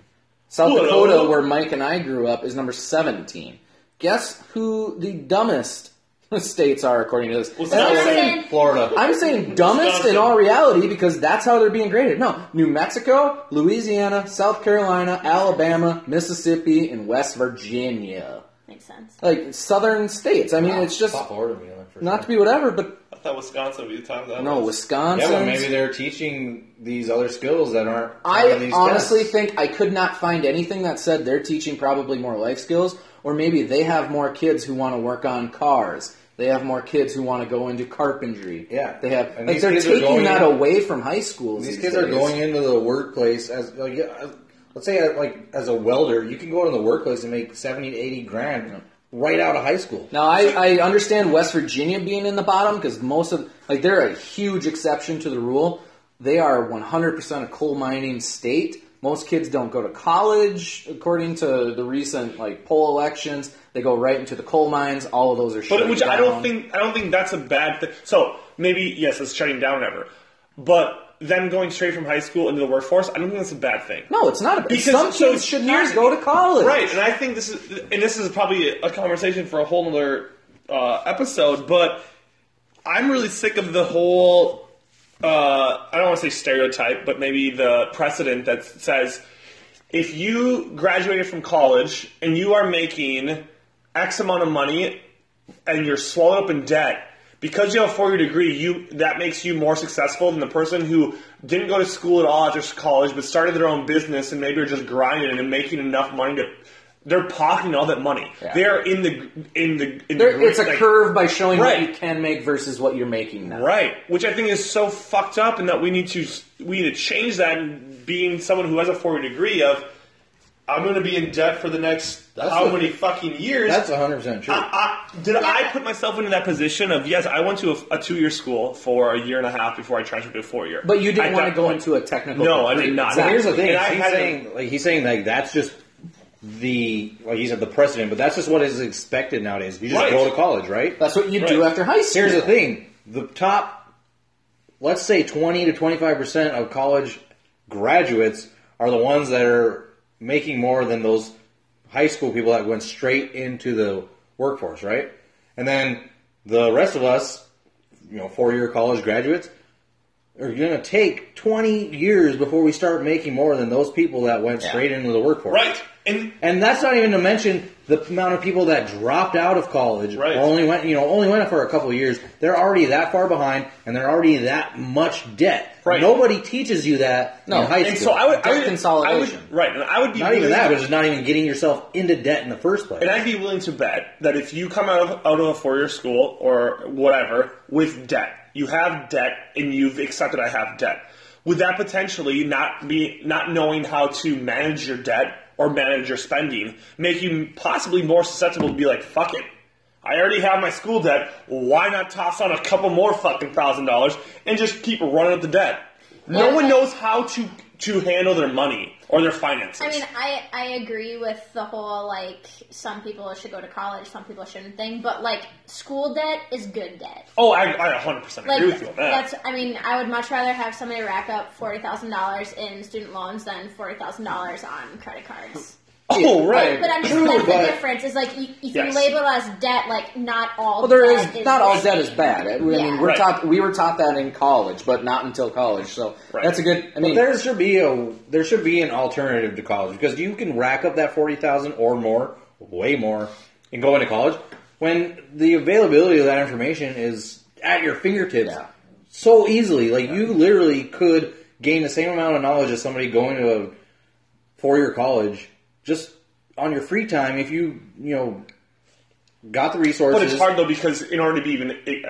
S1: South
S2: Whoa.
S1: Dakota, where Mike and I grew up, is number 17. Guess who the dumbest [LAUGHS] states are, according to this? And I'm
S2: Wisconsin.
S1: saying
S5: Florida.
S1: I'm saying dumbest in all reality because that's how they're being graded. No, New Mexico, Louisiana, South Carolina, Alabama, Mississippi, and West Virginia.
S3: Makes sense.
S1: Like southern states. I mean,
S5: Ah,
S1: it's just
S5: Top Florida, you know, for
S1: not
S5: sure.
S1: to be whatever, but
S2: I thought Wisconsin would be the time that
S1: no,
S2: was.
S1: Wisconsin.
S5: Yeah, well, maybe they're teaching these other skills that aren't. part of
S1: I
S5: these
S1: honestly
S5: tests.
S1: think I could not find anything that said they're teaching probably more life skills, or maybe they have more kids who want to work on cars. They have more kids who want to go into carpentry.
S5: Yeah.
S1: they have.
S5: And
S1: like
S5: these
S1: they're
S5: kids are
S1: taking
S5: going-
S1: that away from high schools.
S5: These
S1: these
S5: kids are
S1: days.
S5: going into the workplace as like yeah, as- let's say uh, like as a welder, you can go into the workplace and make 70 to 80 grand right out of high school.
S1: Now I, I understand West Virginia being in the bottom because most of like they're a huge exception to the rule. They are 100% a coal mining state. Most kids don't go to college, according to the recent like poll elections. They go right into the coal mines. All of those are.
S2: But
S1: shutting
S2: which I don't
S1: down.
S2: think I don't think that's a bad thing. So maybe yes, it's shutting down ever, but them going straight from high school into the workforce, I don't think that's a bad thing.
S1: No, it's not. A,
S2: Because-
S1: some
S2: so
S1: kids should
S2: here's-
S1: not go to college.
S2: Right, and I think this is and this is probably a conversation for a whole other uh, episode. But I'm really sick of the whole. Uh, I don't want to say stereotype, but maybe the precedent that says if you graduated from college and you are making X amount of money and you're swallowed up in debt because you have a four-year degree, you that makes you more successful than the person who didn't go to school at all after college, but started their own business and maybe are just grinding and making enough money to. They're pocketing all that money.
S1: Yeah.
S2: They're in the in the in
S1: There-
S2: the
S1: it's a
S2: like-
S1: curve by showing
S2: Right.
S1: what you can make versus what you're making now.
S2: Right, which I think is so fucked up, and that we need to we need to change that. And being someone who has a four year degree of, I'm going to be in debt for the next
S5: That's
S2: how
S5: a-
S2: many fucking years?
S5: That's 100 percent true.
S2: I, I, did I put myself into that position of yes, I went to a, two year school for a year and a half before I transferred to a four year.
S1: But you didn't want to go into a technical.
S2: No, I
S1: degree.
S2: did not.
S1: Exactly.
S5: Here's the thing:
S2: And I
S5: he's
S2: had a-
S5: saying like he's saying like that's just the like you said the precedent, but that's just what is expected nowadays. You just
S2: Right.
S5: go to college, right?
S1: That's what you do
S2: Right.
S1: after high school.
S5: Here's the thing: the top, let's say, twenty to twenty-five percent of college graduates are the ones that are making more than those high school people that went straight into the workforce, right? And then the rest of us, you know, four-year college graduates, are going to take twenty years before we start making more than those people that went straight into the workforce,
S2: Right. And
S5: and that's not even to mention the amount of people that dropped out of college
S2: Right.
S5: or only went, you know, only went for a couple of years. They're already that far behind, and they're already that much debt.
S2: Right.
S5: Nobody teaches you that
S1: No,
S5: in high school.
S2: and so I would I
S1: Debt
S2: would,
S1: consolidation.
S2: I would, right. And I would be
S5: not even
S2: willing-
S5: that, but just not even getting yourself into debt in the first place.
S2: And I'd be willing to bet that if you come out of out of a four year school or whatever with debt, you have debt, and you've accepted I have debt. Would that potentially not be not knowing how to manage your debt or manage your spending make you possibly more susceptible to be like fuck it? I already have my school debt. Why not toss on a couple more fucking thousand dollars and just keep running up the debt? No
S3: Well,
S2: one
S3: I-
S2: knows how to to handle their money or their finances.
S3: I mean, I I agree with the whole like some people should go to college, some people shouldn't thing, but like school debt is good debt.
S2: oh, I, I 100% agree
S3: Like
S2: with you on that.
S3: that's I mean, I would much rather have somebody rack up forty thousand dollars in student loans than forty thousand dollars on credit cards.
S2: Oh, right.
S3: But I'm just
S5: True,
S3: that's
S5: but-
S3: the difference. Is like you, you can
S2: Yes.
S3: label as debt, like not all.
S1: Well, there
S3: debt
S1: is not all
S3: like-
S1: debt is bad. I mean,
S3: Yeah.
S1: we're
S2: Right.
S1: taught we were taught that in college, but not until college. So
S2: Right.
S1: that's a good. I
S5: But
S1: mean,
S5: there should be a there should be an alternative to college because you can rack up that forty thousand or more, way more, and go into college when the availability of that information is at your fingertips
S1: Yeah.
S5: so easily. Like you literally could gain the same amount of knowledge as somebody going to a four year college just on your free time if you you know got the resources.
S2: But it's hard though because in order to be even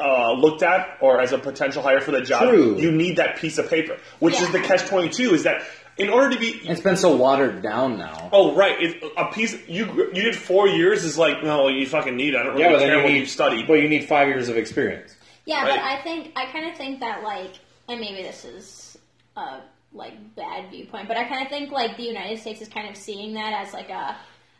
S2: uh, looked at or as a potential hire for the job,
S5: True.
S2: you need that piece of paper, which is
S3: Yeah.
S2: the catch twenty two. Is that in order to be
S1: it's been so watered down now.
S2: oh right, it, a piece you you did four years is like no, you fucking need. it. I don't really
S5: Yeah, but
S2: care
S5: then you
S2: what
S5: need
S2: you studied.
S5: But you need five years of experience.
S3: Yeah,
S2: Right.
S3: but I think I kind of think that like, and maybe this is a like bad viewpoint, but I kind of think like the United States is kind of seeing that as like a.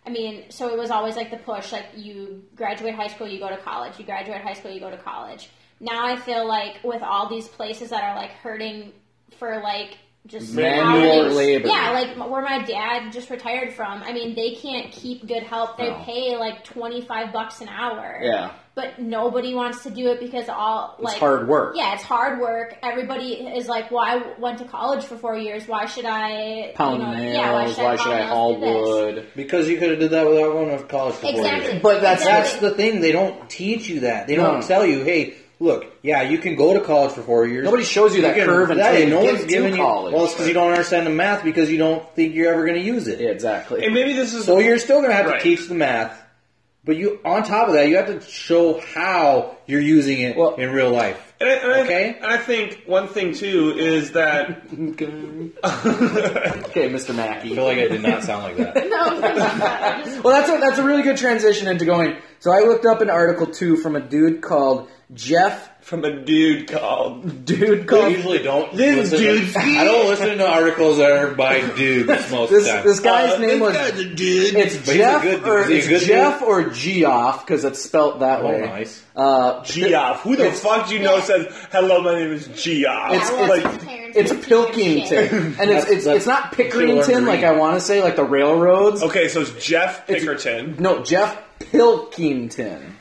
S3: I mean, so it was always like the push, like you graduate high school, you go to college. You graduate high school, you go to college. Now I feel like with all these places that are like hurting for like just
S1: Manual
S3: hourly-
S1: labor.
S3: Yeah, like where my dad just retired from. I mean, they can't keep good help. They
S1: No.
S3: pay like twenty five bucks an hour
S1: Yeah.
S3: but nobody wants to do it because all like
S1: hard work.
S3: Yeah, it's hard work. Everybody is like, "Well, I went to college for four years. Why should I
S1: Pound
S3: you know,
S1: nails.
S3: Yeah,
S1: why should, I,
S3: pound
S1: haul
S3: nails, do this?"
S1: wood?
S5: Because you could have did that without going to college for four years.
S3: Exactly.
S1: But that's-
S3: exactly.
S5: That's the thing. They don't teach you that. They
S1: No.
S5: don't tell you, hey, look, yeah, you can go to college for four years.
S1: Nobody shows you that curve until you get to
S5: you.
S1: college.
S5: Well, it's because you don't understand the math because you don't think you're ever going to use it.
S1: Yeah, exactly.
S2: and maybe this is
S5: So you're still going to have
S2: Right.
S5: to teach the math. But you, on top of that, you have to show how you're using it
S1: Well-
S5: in real life.
S2: and I, and I-
S5: Okay.
S2: And I think one thing too is
S5: [LAUGHS]
S2: that
S1: [LAUGHS] okay, Okay, Mr. Mackey.
S5: I feel like I did not sound like
S3: [LAUGHS]
S5: [LAUGHS] that.
S1: [LAUGHS] Well, that's a, that's a really good transition into going. So I looked up an article too from a dude called Jeff.
S2: from a dude called
S1: Dude
S5: I
S1: called
S5: usually don't.
S2: This
S5: listen
S2: dude's-
S5: to, I don't listen to articles that are by dudes most
S1: this
S5: times.
S1: this guy's
S2: Uh,
S1: name
S2: this
S1: was
S2: guy's a dude.
S1: it's
S5: But he's a
S1: Jeff
S5: good dude.
S1: or
S5: Is he a
S1: it's
S5: good dude?
S1: Jeff or Geoff because it's spelt that
S5: oh,
S1: way.
S5: nice.
S1: Uh,
S2: Geoff. Who the fuck do you know
S3: Yeah.
S2: says hello? My name is Geoff.
S3: Yeah, well,
S2: like,
S3: that's Terrence
S1: It's
S3: Hickman shit.
S1: Pilkington, and it's
S5: That's-
S1: it's, it's not
S5: that's still
S1: Pickerington like I
S5: Wolverine.
S1: want to say, like the railroads.
S2: okay, so it's Jeff Pickerton.
S1: No, Jeff Pilkington.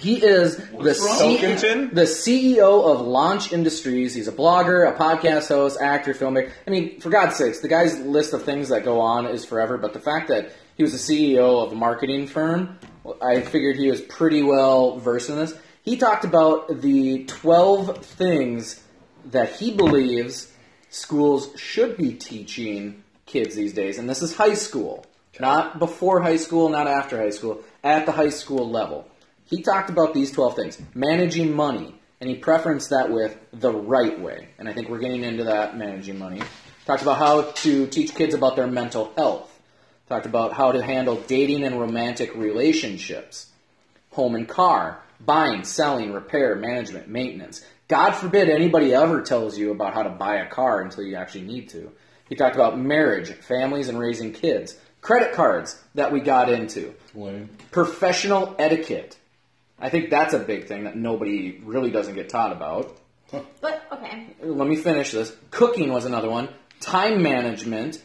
S1: He is the E
S2: Pilkington?
S1: the CEO of Launch Industries. He's a blogger, a podcast host, actor, filmmaker. I mean, for God's sakes, the guy's list of things that go on is forever. But the fact that he was the CEO of a marketing firm, I figured he was pretty well versed in this. He talked about the twelve things that he believes schools should be teaching kids these days, and this is high school, not before high school, not after high school, at the high school level. He talked about these 12 things managing money, and he preferenced that with the right way. And I think we're getting into that managing money. Talked about how to teach kids about their mental health, talked about how to handle dating and romantic relationships home and car, buying, selling, repair, management, maintenance. God forbid anybody ever tells you about how to buy a car until you actually need to. He talked about marriage, families, and raising kids. Credit cards that we got into. Professional etiquette. I think that's a big thing that nobody really doesn't get taught about.
S3: But okay,
S1: Let me finish this. Cooking was another one. Time management.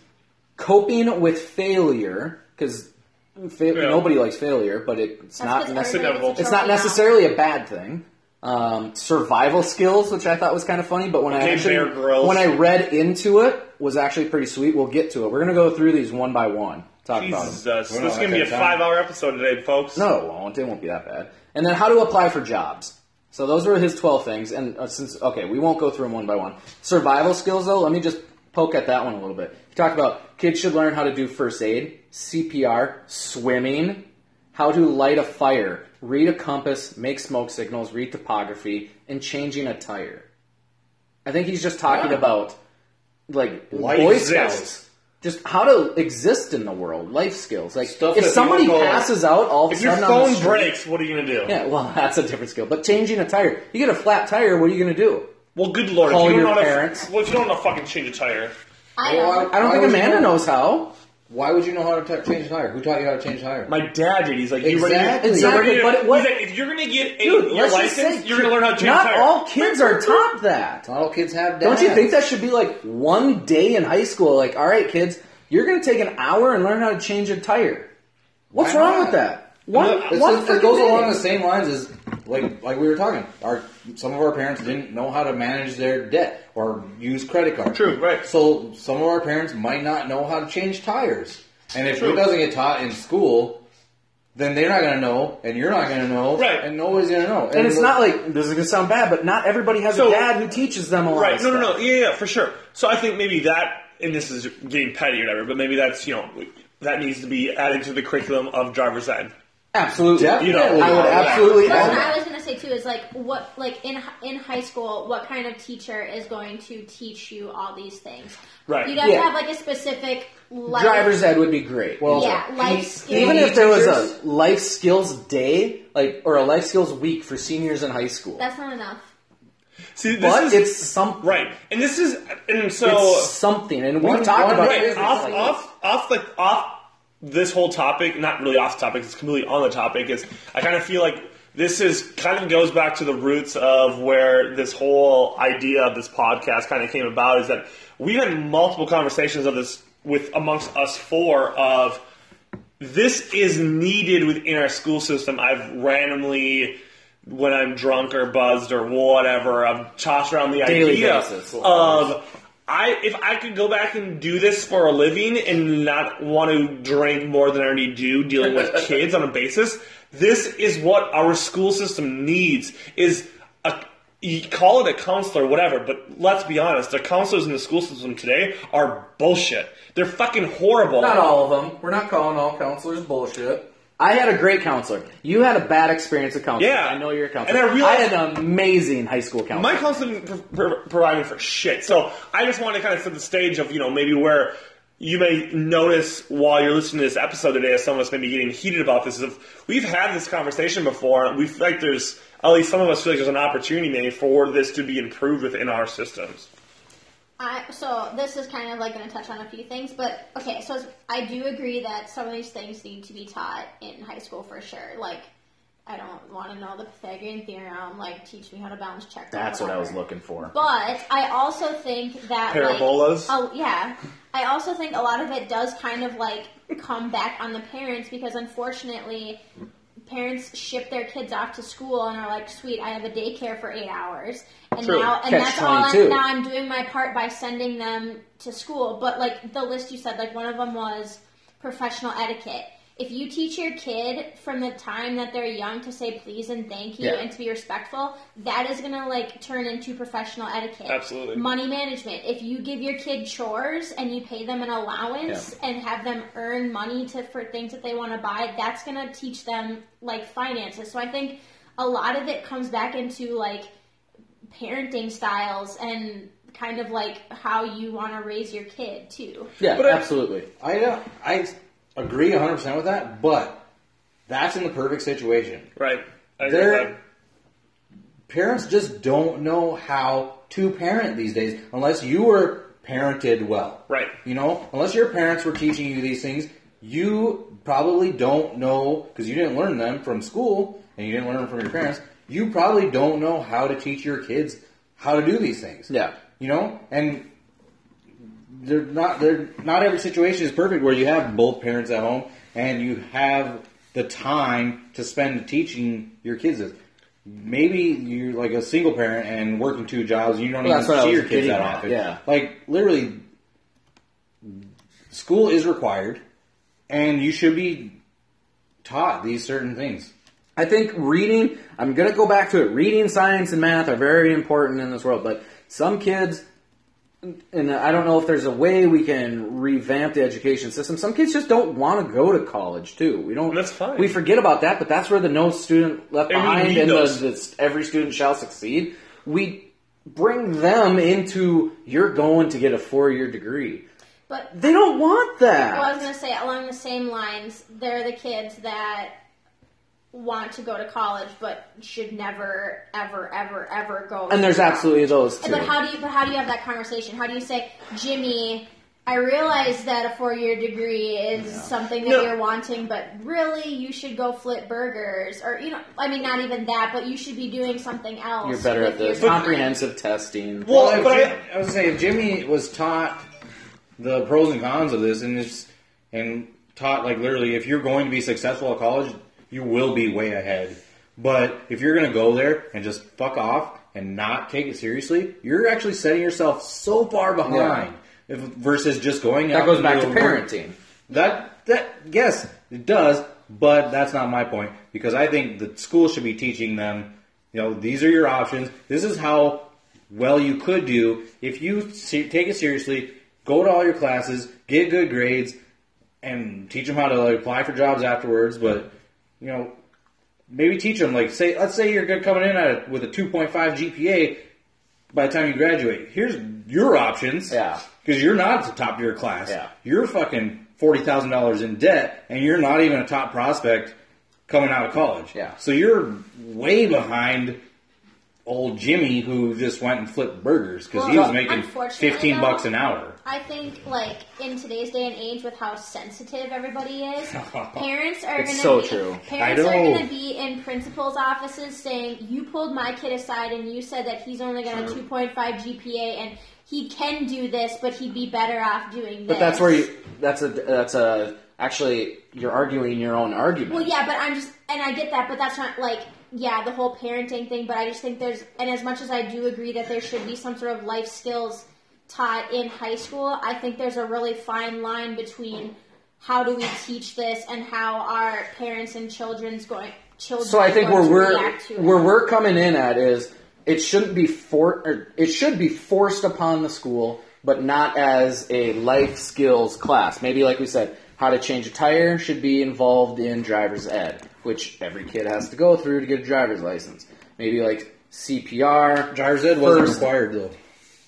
S1: Coping with failure, because nobody likes failure, but it's not
S3: 'cause
S1: necessarily.
S3: everybody
S2: inevitable.
S3: gets a
S1: It's not
S3: trophy now.
S1: necessarily a bad thing. Um, survival skills, which I thought was kind of funny, but when I
S2: Okay,
S1: actually,
S2: Bear Grylls.
S1: when I read into it, was actually pretty sweet. We'll get to it. We're gonna go through these one by one. Talk about
S2: Jesus,
S1: them.
S2: this
S5: We're
S2: is
S5: not
S2: gonna be a
S5: at that time.
S2: five-hour episode today, folks.
S1: No, it won't. It won't be that bad. And then how to apply for jobs. So those were his 12 things. And uh, since, okay, we won't go through them one by one. Survival skills, though, let me just poke at that one a little bit. He talked about kids should learn how to do first aid, CPR, swimming, how to light a fire, read a compass, make smoke signals, read topography, and changing a tire. I think he's just talking about, like,
S5: Life
S1: Boy
S2: exists.
S1: Scouts. Just how to exist in the world, life skills. Like,
S5: Stuff
S1: if
S5: that
S1: somebody
S5: people go-
S1: passes out all of a
S2: If your
S1: sudden on the
S2: phone
S1: street-
S2: breaks, what are you gonna do?
S1: yeah, well, [LAUGHS] that's a different skill. But changing a tire, you get a flat tire. What are you going to do?
S2: Well, good lord,
S1: Call
S2: if you
S1: your
S2: don't know
S1: parents.
S2: How to, well, if you don't know how to fucking change a tire,
S3: I
S5: Well,
S3: know.
S1: I don't
S5: Why
S2: Oh,
S1: think
S5: would you
S1: Amanda
S5: know?
S1: knows how.
S5: Why would you know how to t- change a tire? Who taught you how to change a tire?
S2: my dad did. He's like, you
S5: Exactly.
S2: ready? You're ready
S1: Exactly,
S2: to,
S1: but what-
S2: he's like, if you're gonna get a,
S1: Dude,
S2: your
S1: let's just
S2: license,
S1: say
S2: you're gonna learn how to change
S1: Not
S2: a tire.
S1: all kids are taught that.
S5: Not all kids have dads.
S1: Don't you think that should be like one day in high school? Like, all right, kids, you're going to take an hour and learn how to change a tire. What's
S5: Why
S1: wrong
S5: not?
S1: with that? One,
S5: It's
S1: one
S5: just- it goes
S1: freaking
S5: along
S1: day.
S5: the same lines as like like we were talking. Our some of our parents didn't know how to manage their debt or use credit cards.
S2: True, right.
S5: So some of our parents might not know how to change tires, and if
S2: True.
S5: it doesn't get taught in school, then they're not going to know, and you're not going to know,
S2: Right.
S5: And nobody's going to know.
S1: And it's not like this is going to sound bad, but not everybody has
S2: So-
S1: a dad who teaches them a lot.
S2: Right.
S1: of
S2: No, no,
S1: stuff.
S2: no. Yeah, yeah, for sure. So I think maybe that, and this is getting petty or whatever, but maybe that's you know that needs to be added to the curriculum of driver's ed.
S1: Absolutely.
S5: Definitely.
S2: You know,
S1: I would
S2: Yeah.
S1: absolutely
S3: Well,
S1: add
S3: and
S1: that.
S3: I was gonna say too is like what like in hi- in high school, what kind of teacher is going to teach you all these things?
S2: Right.
S3: You'd have
S1: Yeah.
S3: to have like a specific life,
S1: Driver's ed would be great.
S5: Well,
S3: yeah, life skills.
S1: E- even if there was
S5: teachers-
S1: a life skills day, like or a life skills week for seniors in high school,
S3: that's not enough.
S2: See, this
S1: but
S2: is
S1: it's something.
S2: right, and this is and so
S1: It's something, and
S5: One-
S1: we've talked
S5: one
S1: about
S5: day-
S2: right
S1: it.
S2: off
S1: Like,
S2: off off the off this whole topic. Not really off topic. It's completely on the topic. Is I kind of feel like. This is kind of goes back to the roots of where this whole idea of this podcast kind of came about. Is that we've had multiple conversations of this with amongst us four of this is needed within our school system. I've randomly, when I'm drunk or buzzed or whatever, I've tossed around the
S1: Daily
S2: idea
S1: basis.
S2: of I if I could go back and do this for a living and not want to drink more than I already do, dealing with kids on a basis. This is what our school system needs. Is a you call it a counselor, whatever, but let's be honest, the counselors in the school system today are bullshit. They're fucking horrible.
S1: Not all of them. We're not calling all counselors bullshit. I had a great counselor. You had a bad experience with counselor.
S2: Yeah.
S1: I know you're a counselor.
S2: And I realized-
S1: had an amazing high school counselor.
S2: My constant pr- pr- providing for shit. So I just wanted to kind of set the stage of you know maybe where you may notice while you're listening to this episode today, as some of us may be getting heated about this. Is if we've had this conversation before, we feel like there's at least some of us feel like there's an opportunity maybe for this to be improved within our systems.
S3: I, so this is kind of like going to touch on a few things, but okay. So it's- I do agree that some of these things need to be taught in high school for sure. Like I don't want to know the Pythagorean theorem. Like teach me how to balance check.
S1: That's what I was looking for.
S3: But I also think that like,
S2: Parabolas?
S3: oh yeah, I also think a lot of it does kind of like come back on the parents because unfortunately, parents ship their kids off to school and are like, "Sweet, I have a daycare for eight hours," and
S2: True.
S3: now and
S1: Catch
S3: that's all. I'm,
S1: 22.
S3: now I'm doing my part by sending them to school. But like the list you said, like one of them was professional etiquette. If you teach your kid from the time that they're young to say please and thank you
S1: Yeah.
S3: and to be respectful, that is going to like turn into professional etiquette.
S2: Absolutely.
S3: Money management. If you give your kid chores and you pay them an allowance and have them earn money to for things that they want to buy, that's going to teach them like finances. So I think a lot of it comes back into like parenting styles and kind of like how you want to raise your kid too.
S1: yeah,
S2: But I-
S1: absolutely.
S5: I don't, I agree 100 percent with that, but that's in the perfect situation.
S2: Right. I agree with
S5: There,
S2: that.
S5: parents just don't know how to parent these days unless you were parented well.
S2: Right.
S5: You know, unless your parents were teaching you these things, you probably don't know because you didn't learn them from school and you didn't learn them from your parents. You probably don't know how to teach your kids how to do these things.
S1: Yeah.
S5: you know, and they're not they're not every situation is perfect where you have both parents at home and you have the time to spend teaching your kids this. Maybe you're like a single parent and working two jobs and you don't
S1: Well, that's
S5: even
S1: what I
S5: see
S1: was
S5: your kids
S1: getting
S5: that
S1: at,
S5: often.
S1: yeah.
S5: Like literally school is required and you should be taught these certain things.
S1: I think reading, I'm going to go back to it. Reading, science, and math are very important in this world, but some kids, and I don't know if there's a way we can revamp the education system. Some kids just don't want to go to college, too. We don't.
S2: That's fine.
S1: We forget about that, but that's where the no student left
S2: And we
S1: behind
S2: need
S1: and the,
S2: those.
S1: the every student shall succeed. We bring them into you're going to get a four year degree.
S3: But
S1: They don't want that.
S3: Well, I was going to say along the same lines, they're the kids that want to go to college but should never, ever, ever, ever go.
S1: and there's
S3: to college.
S1: absolutely those too.
S3: But how do you? But how do you have that conversation? How do you say, Jimmy? I realize that a four-year degree is something that
S2: No.
S3: you're wanting, but really, you should go flip burgers, or you know, I mean, not even that, but you should be doing something else.
S1: You're better at
S3: with your
S1: this.
S3: time.
S1: Comprehensive testing.
S2: Well,
S5: if
S2: but I-
S5: Jim- I, was saying if Jimmy was taught the pros and cons of this, and it's and taught like literally, if you're going to be successful at college, you will be way ahead. But if you're going to go there and just fuck off and not take it seriously, you're actually setting yourself so far behind. If, versus just going
S1: that
S5: out
S1: goes
S5: into
S1: back to
S5: the work-
S1: parenting.
S5: that that yes, it does, but that's not my point because I think the school should be teaching them, you know, these are your options. This is how well you could do if you se- take it seriously, go to all your classes, get good grades, and teach them how to like, apply for jobs afterwards. But you know, maybe teach them like say, let's say you're good coming in at a, with a 2.5 GPA. By the time you graduate, here's your options.
S1: Yeah.
S5: Because you're not at the top of your class.
S1: Yeah.
S5: You're fucking forty thousand dollars in debt, and you're not even a top prospect coming out of college.
S1: Yeah.
S5: So you're way behind old Jimmy, who just went and flipped burgers because he
S3: Well,
S5: was making
S3: unfortunately,
S5: fifteen
S3: though-
S5: bucks an hour.
S3: I think, like in today's day and age, with how sensitive everybody is, parents are
S1: It's so
S3: gonna be,
S1: true.
S3: Parents
S5: I
S3: are
S5: know.
S3: gonna be in principals' offices saying, "You pulled my kid aside and you said that he's only got a 2.5 GPA and he can do this, but he'd be better off doing this."
S1: But that's where you. That's a. That's a. Actually, you're arguing your own argument.
S3: Well, yeah, but I'm just, and I get that, but that's not like, yeah, the whole parenting thing. But I just think there's, and as much as I do agree that there should be some sort of life skills taught in high school, I think there's a really fine line between how do we teach this and how our parents and children's going children.
S1: So I think where
S3: going to
S1: we're
S3: react to it.
S1: where we're coming in at is it shouldn't be for or it should be forced upon the school, but not as a life skills class. Maybe like we said, how to change a tire should be involved in driver's ed, which every kid has to go through to get a driver's license. Maybe like CPR.
S5: Driver's ed wasn't
S1: First-
S5: required though.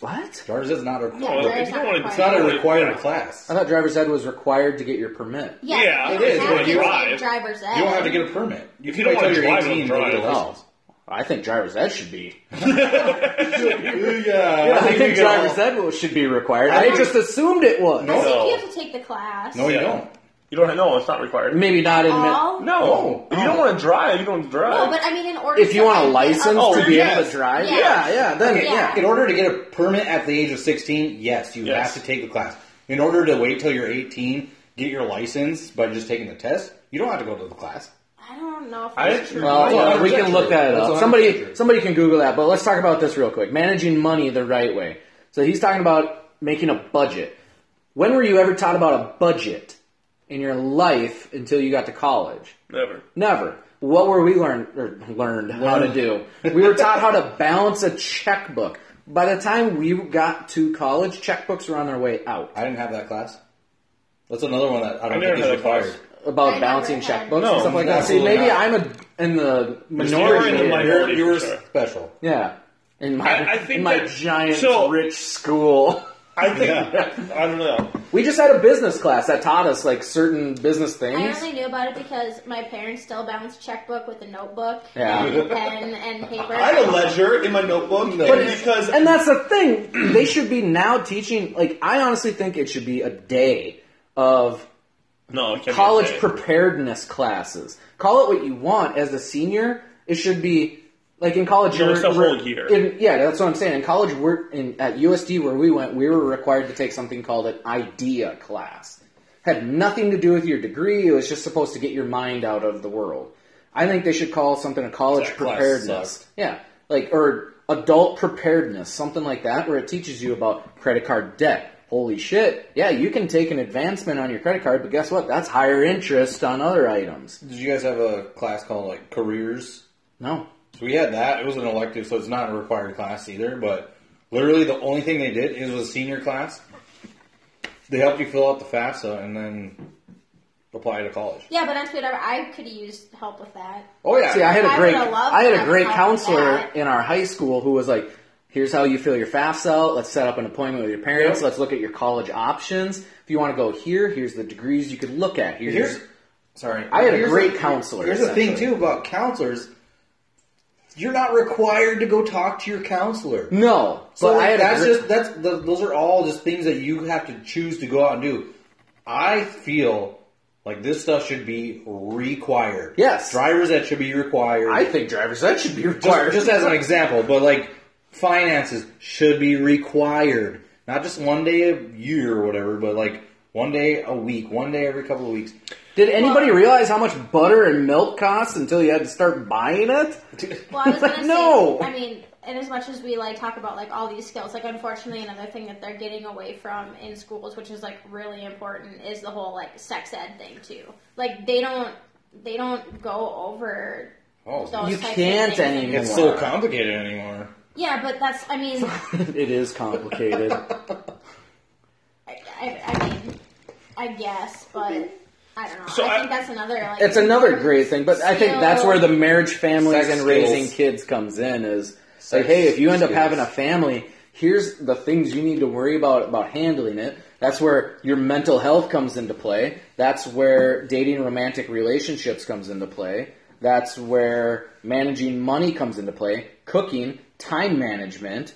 S1: What?
S5: Driver's ed's not required.
S3: Yeah,
S2: Well,
S3: there's
S2: if you don't want to-
S5: It's not a
S2: Yeah.
S5: required class.
S1: I
S5: You
S1: thought driver's ed was required to get your permit.
S3: yeah,
S2: Yeah,
S3: you
S2: it
S3: don't
S2: is,
S3: have
S2: when
S3: to
S2: you
S3: get
S2: drive.
S3: driver's ed.
S5: don't have to get a permit.
S2: If you don't
S5: wait till
S2: wanna
S5: you're
S2: drive, don't
S5: 18 to get a
S2: drive.
S5: license.
S1: [LAUGHS] Oh, I think driver's ed should be.
S5: Yeah,
S1: [LAUGHS] I
S5: we [LAUGHS]
S1: think
S5: get all-
S1: driver's ed should be required.
S5: I
S1: I,
S5: think-
S1: just assumed it was.
S3: I think
S2: No.
S3: you have to take the class.
S5: No, you
S2: Yeah.
S5: don't.
S2: You don't. No, it's not required. Oh.
S1: Maybe not in.
S3: All?
S2: No, if you don't want to drive, you don't drive.
S3: No, but I mean, in order
S1: If you
S3: to,
S1: want a
S3: like, get
S1: license
S2: Oh,
S1: to be able
S2: yes.
S1: to drive,
S3: Yeah.
S1: yeah, yeah, then
S3: Yeah.
S1: yeah.
S5: In order to get a permit at the age of 16, yes, you
S2: Yes.
S5: have to take the class. In order to wait till you're 18, get your license by just taking the test, you don't have to go to the class.
S3: I don't know if
S2: I
S3: that's
S2: didn't-
S3: true.
S1: Uh, Well,
S5: That's
S1: yeah, we
S5: 100%
S1: can look
S5: true.
S1: that
S5: That's
S1: up.
S5: 100%
S1: Somebody,
S5: true.
S1: somebody can Google that. But let's talk about this real quick. Managing money the right way. So he's talking about making a budget. When were you ever taught about a budget in your life until you got to college?
S2: never.
S1: Never. What were we learned or learned how to do? We were taught how to balance a checkbook. By the time we got to college, checkbooks were on their way out.
S5: I didn't have that class. That's another one that I
S2: I
S5: don't
S2: never
S5: think is
S2: had a class.
S5: required.
S1: About
S3: I
S1: balancing
S3: never had-
S1: checkbooks
S2: No,
S1: and stuff like that. See,
S5: absolutely
S1: maybe
S5: not.
S1: I'm a in the
S2: You're in
S1: minority.
S2: the
S1: here.
S5: You're,
S2: minority.
S5: you were
S2: for sure.
S5: special.
S1: Yeah. In my
S2: I- I think
S1: in my
S2: that-
S1: giant
S2: so-
S1: rich school. [LAUGHS]
S2: I think. [LAUGHS] I don't know.
S1: We just had a business class that taught us like certain business
S3: I
S1: things.
S3: only knew about it because my parents still balanced a checkbook with a notebook
S1: Yeah.
S3: and a pen and paper.
S2: I had a ledger in my notebook and because
S1: and that's the thing. [CLEARS THROAT] They should be now teaching. Like I honestly think it should be a day of
S2: No, it can't be
S1: college
S2: okay.
S1: preparedness classes. Call it what you want. As a senior, it should be like in college.
S2: Yeah,
S1: you're-
S2: it's the
S1: we're-
S2: whole year.
S1: in- yeah, that's what I'm saying. In college, we're in at USD where we went. We were required to take something called an idea class. Had nothing to do with your degree. It was just supposed to get your mind out of the world. I think they should call something a college
S5: That class
S1: preparedness.
S5: sucked.
S1: Yeah, like or adult preparedness, something like that, where it teaches you about credit card debt. Holy shit! Yeah, you can take an advancement on your credit card, but guess what? That's higher interest on other items.
S5: Did you guys have a class called like careers?
S1: No,
S5: So we had that. It was an elective, so it's not a required class either. But literally, the only thing they did is was a senior class. They helped you fill out the FAFSA and then apply to college.
S3: Yeah, but I'm scared. I could have used help with that.
S5: Oh yeah.
S1: See, I had a
S3: I
S1: great,
S3: would've loved
S1: I had a
S3: that
S1: great
S3: help
S1: counselor
S3: that.
S1: in our high school who was like, "Here's how you fill your FAFSA out. Let's set up an appointment with your parents.
S5: Yep.
S1: Let's look at your college options. If you want to go here, here's the degrees you could look at. Here's,
S5: Here's sorry.
S1: I had a
S5: Here's
S1: great
S5: the-
S1: counselor,
S5: Here's the thing
S1: essentially.
S5: too about counselors. You're not required to go talk to your counselor.
S1: no,
S5: So
S1: but
S5: like,
S1: I had
S5: that's
S1: a great,
S5: just that's th those are all just things that you have to choose to go out and do. I feel like this stuff should be required.
S1: Yes.
S5: drivers that should be required.
S1: I think driver's ed should be required.
S5: just, just as an example, but like finances should be required, not just one day a year or whatever, but like one day a week, one day every couple of weeks.
S1: Did anybody realize how much butter and milk costs until you had to start buying it?
S3: Well,
S1: [LAUGHS]
S3: I was
S1: Like,
S3: gonna say,
S1: no.
S3: I mean, and as much as we like talk about like all these skills, like unfortunately, another thing that they're getting away from in schools, which is like really important, is the whole like sex ed thing too. Like they don't, they don't go over.
S5: Oh,
S3: those
S1: You
S3: types of
S1: can't
S3: things
S1: anymore.
S5: it's so complicated anymore.
S3: Yeah, but that's. I
S1: [LAUGHS]
S3: mean, I,
S1: it is complicated.
S5: [LAUGHS]
S3: I, I mean, I guess, but I don't know.
S2: So
S3: I,
S2: I-
S3: think that's another. Like,
S1: it's another great thing, but I think that's where the marriage families
S5: Sex
S1: and raising
S5: skills.
S1: kids comes in is like,
S5: Sex
S1: hey, if you end up
S5: skills.
S1: having a family, here's the things you need to worry about about handling it. That's where your mental health comes into play. That's where dating romantic relationships comes into play. That's where managing money comes into play. Cooking, time management.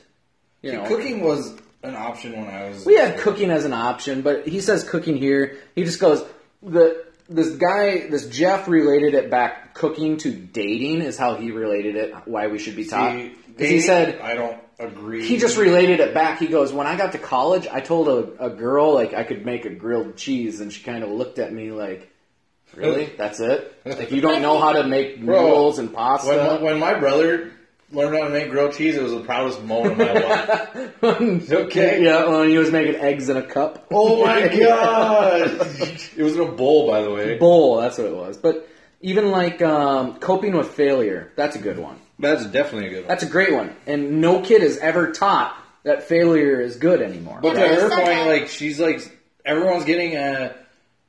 S1: You know,
S5: Cooking was an option when I was.
S1: we had cooking as an option, but he says cooking here. He just goes the this guy this Jeff related it back cooking to dating is how he related it. Why we should be taught
S5: See,
S1: because he
S5: dating,
S1: said
S5: I don't agree.
S1: he just related it back. He goes when I got to college, I told a, a girl like I could make a grilled cheese, and she kind of looked at me like. Really?
S5: [LAUGHS]
S1: That's it? Like you don't know how to make
S5: Bro,
S1: noodles and pasta?
S5: when my, when my brother learned how to make grilled cheese, it was the proudest moment of [LAUGHS] my life. okay.
S1: Yeah, when he was making eggs in a cup. [LAUGHS]
S5: Oh my god! [LAUGHS] it was in a bowl, by the way.
S1: bowl. That's what it was. But even like um, coping with failure, that's a good one.
S5: That's definitely a good one.
S1: That's a great one. And no kid is ever taught that failure is good anymore.
S5: But to
S3: Yeah,
S5: her
S3: that's
S5: point,
S3: okay.
S5: like she's like everyone's getting a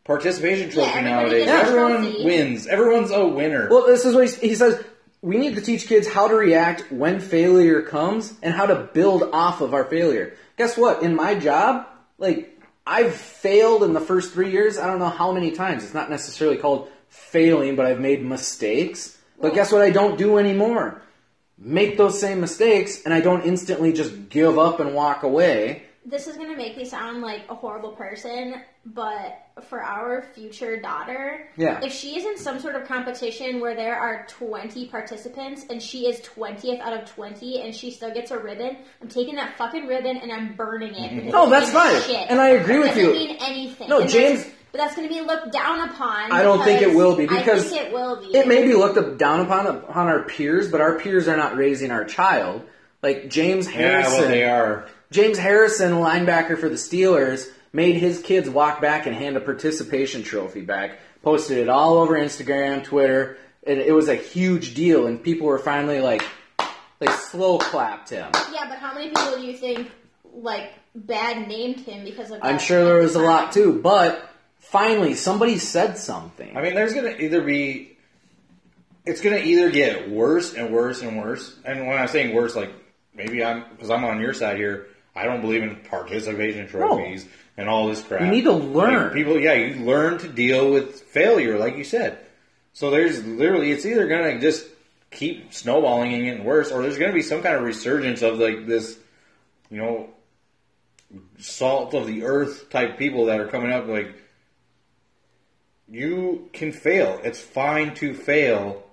S5: participation trophy
S3: everybody
S5: nowadays.
S3: gets a
S5: Everyone
S3: trophy.
S5: wins. Everyone's a winner.
S1: well, this is what he, he says. We need to teach kids how to react when failure comes and how to build off of our failure. Guess what? In my job, like I've failed in the first three years. I don't know how many times. It's not necessarily called failing, but I've made mistakes. But guess what? I don't do anymore. make those same mistakes and I don't instantly just give up and walk away.
S3: this is gonna make me sound like a horrible person, but for our future daughter,
S1: Yeah.
S3: if she is in some sort of competition where there are twenty participants and she is twentieth out of twenty and she still gets a ribbon, I'm taking that fucking ribbon and I'm burning
S1: [LAUGHS]
S3: it. because
S1: No,
S3: it
S1: Oh, that's
S3: means
S1: fine. And I agree
S3: It
S1: with
S3: doesn't
S1: you.
S3: Mean anything.
S1: No,
S3: And that's-
S1: James-
S3: But that's going to be looked down upon.
S1: I don't think it will be,
S3: I think
S1: because
S3: it will be.
S1: It may be looked up, down upon upon our peers, but our peers are not raising our child. Like James
S5: yeah,
S1: Harrison,
S5: well, they are.
S1: James Harrison, linebacker for the Steelers, made his kids walk back and hand a participation trophy back. Posted it all over Instagram, Twitter. It, it was a huge deal, and people were finally like, they slow clapped him.
S3: Yeah, but how many people do you think like bad named him because of?
S1: I'm
S3: that?
S1: sure there was a lot too, but finally somebody said something.
S5: I mean, there's gonna either be. It's gonna either get worse and worse and worse. And when I'm saying worse, like maybe I'm because I'm on your side here. I don't believe in participation trophies and all this crap.
S1: You need to
S5: Like,
S1: learn.
S5: people, yeah, you learn to deal with failure, like you said. So there's literally, it's either gonna just keep snowballing and getting worse, or there's gonna be some kind of resurgence of like this, you know, salt of the earth type people that are coming up. Like you can fail. It's fine to fail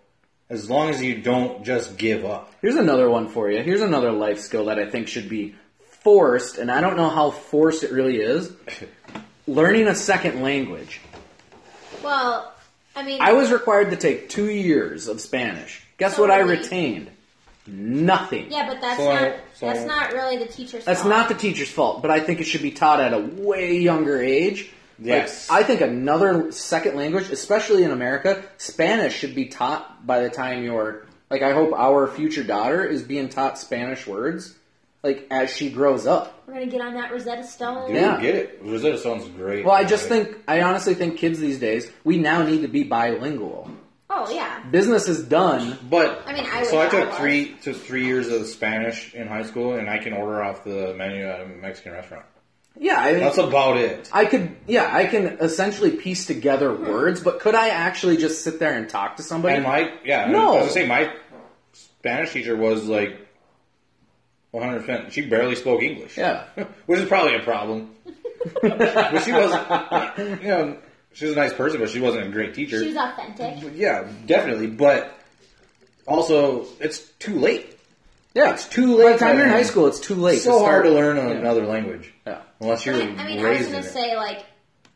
S5: as long as you don't just give up.
S1: Here's another one for you. Here's another life skill that I think should be forced, and I don't know how forced it really is. Learning a second language.
S3: Well, I mean,
S1: I was required to take two years of Spanish. Guess what I retained? Nothing.
S3: yeah, but that's
S5: So-
S3: not
S5: so-
S3: that's not really the teacher's.
S1: That's
S3: fault.
S1: not the teacher's fault, but I think it should be taught at a way younger age. Like,
S5: Yes.
S1: I think another second language, especially in America, Spanish should be taught by the time you're like I hope our future daughter is being taught Spanish words like as she grows up.
S3: We're gonna get on that Rosetta Stone.
S5: Dude,
S1: Yeah.
S5: get it. Rosetta Stone's great.
S1: Well, I just think I honestly think kids these days, we now need to be bilingual.
S3: Oh yeah.
S1: Business is done.
S5: But
S3: I mean, I
S5: so I
S3: would- I
S5: took
S3: was.
S5: three to three years of Spanish in high school, and I can order off the menu at a Mexican restaurant.
S1: Yeah, I mean,
S5: That's about it.
S1: I could, yeah, I can essentially piece together words, but could I actually just sit there and talk to somebody?
S5: And my yeah,
S1: No.
S5: I was gonna say my Spanish teacher was like 100. percent She barely spoke English.
S1: Yeah.
S5: [LAUGHS] which is probably
S3: [LAUGHS]
S5: a problem. but she was, you know, she was a nice person, but she wasn't a great teacher.
S3: She was authentic.
S5: yeah, definitely. But also, it's too late.
S1: Yeah, it's
S5: too
S1: By
S5: late
S1: the time you're in
S5: then.
S1: high school, it's too late.
S5: It's so hard to learn another language
S1: Yeah.
S5: unless
S3: I
S5: you're
S3: mean, I, mean, I was
S5: raised
S3: gonna
S5: in it.
S3: say like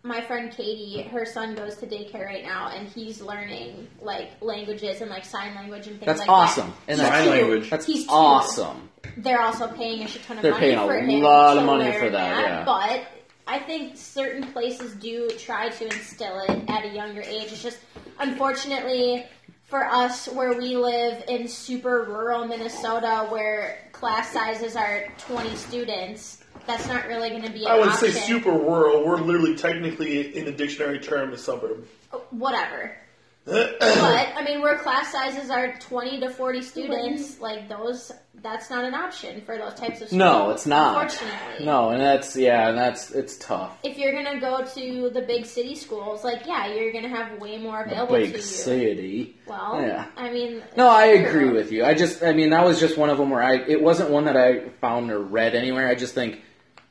S3: my friend Katie, her son goes to daycare right now, and he's learning like languages and like sign language and things
S1: That's
S3: like
S1: awesome.
S3: that.
S1: And
S3: He's
S5: Sign
S3: two.
S5: language.
S1: That's
S3: He's two.
S1: awesome.
S3: They're also paying a shit ton of
S1: They're
S3: money
S1: paying a
S3: for him
S1: lot
S3: to
S1: of money
S3: learn
S1: for that, yeah.
S3: But I think certain places do try to instill it at a younger age. It's just unfortunately for us where we live in super rural Minnesota where class sizes are 20 students, that's not really going to be an
S2: I would say
S3: option.
S2: super rural. We're literally technically in the dictionary term a suburb.
S3: Oh,
S2: [CLEARS THROAT]
S3: whatever. but I mean, where class sizes are twenty to forty students, like those, that's not an option for those types of schools.
S1: No, it's not.
S3: Unfortunately,
S1: No, and that's yeah, and that's it's tough.
S3: If you're gonna go to the big city schools, like yeah, you're gonna have way more available to
S1: Big
S3: you.
S1: city.
S3: Well,
S1: Yeah.
S3: I mean,
S1: No, I
S3: sure.
S1: agree with you. I just, I mean, that was just one of them where I, it wasn't one that I found or read anywhere. I just think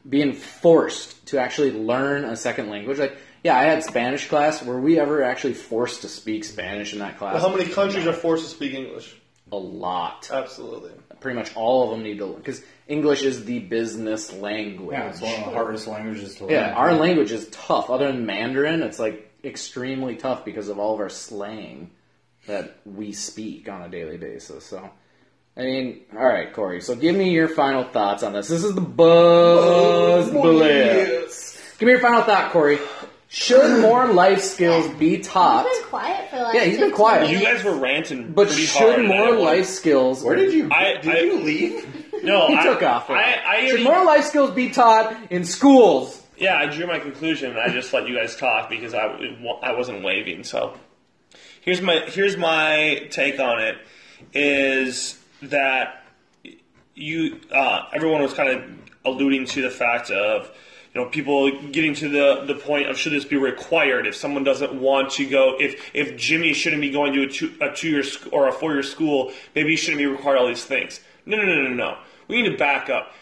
S1: being forced to actually learn a second language, like, yeah, I had Spanish class. Were we ever actually forced to speak Spanish in that class?
S2: How many countries are Uh, forced to speak English?
S1: A lot.
S2: Absolutely.
S1: Pretty much all of them need to learn because English is the business language.
S5: Yeah, it's one of the hardest languages to learn.
S1: Yeah, our language is tough. Other than Mandarin, it's like extremely tough because of all of our slang that we speak on a daily basis. So, I mean, all right, Corey. So, give me your final thoughts on this. This is the buzz blitz. Give me your final thought, Corey. Should more life skills be taught?
S3: He's been quiet for like.
S1: Yeah, he's been
S3: 15
S1: quiet.
S3: minutes.
S2: You guys were ranting,
S1: But
S2: pretty
S1: should
S2: hard
S1: more
S2: at one.
S1: life skills?
S5: Where did you?
S2: I-
S5: did
S2: I-
S5: you leave?
S2: No,
S1: He
S2: I
S1: took off.
S2: I, I
S1: should
S2: already-
S1: more life skills be taught in schools?
S2: yeah, I drew my conclusion. and I just let you guys talk because I I wasn't waving. So here's my here's my take on it is that you uh, everyone was kind of alluding to the fact of you know people getting to the, the point of should this be required if someone doesn't want to go if if Jimmy shouldn't be going to a two a two year sc- or a four year school maybe he shouldn't be required all these things no no no no no we need to back up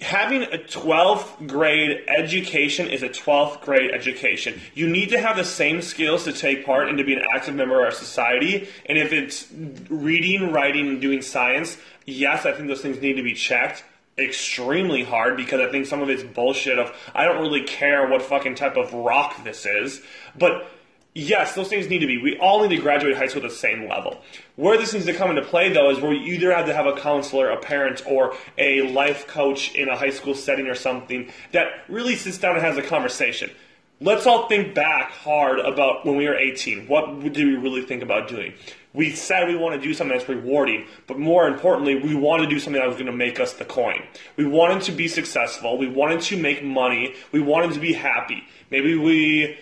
S2: having a 12th grade education is a 12th grade education you need to have the same skills to take part and to be an active member of our society and if it's reading writing and doing science yes i think those things need to be checked extremely hard because i think some of it's bullshit of i don't really care what fucking type of rock this is but Yes, those things need to be. We all need to graduate high school at the same level. Where this needs to come into play, though, is where you either have to have a counselor, a parent, or a life coach in a high school setting or something that really sits down and has a conversation. Let's all think back hard about when we were 18. What did we really think about doing? We said we want to do something that's rewarding, but more importantly, we want to do something that was going to make us the coin. We wanted to be successful. We wanted to make money. We wanted to be happy. Maybe we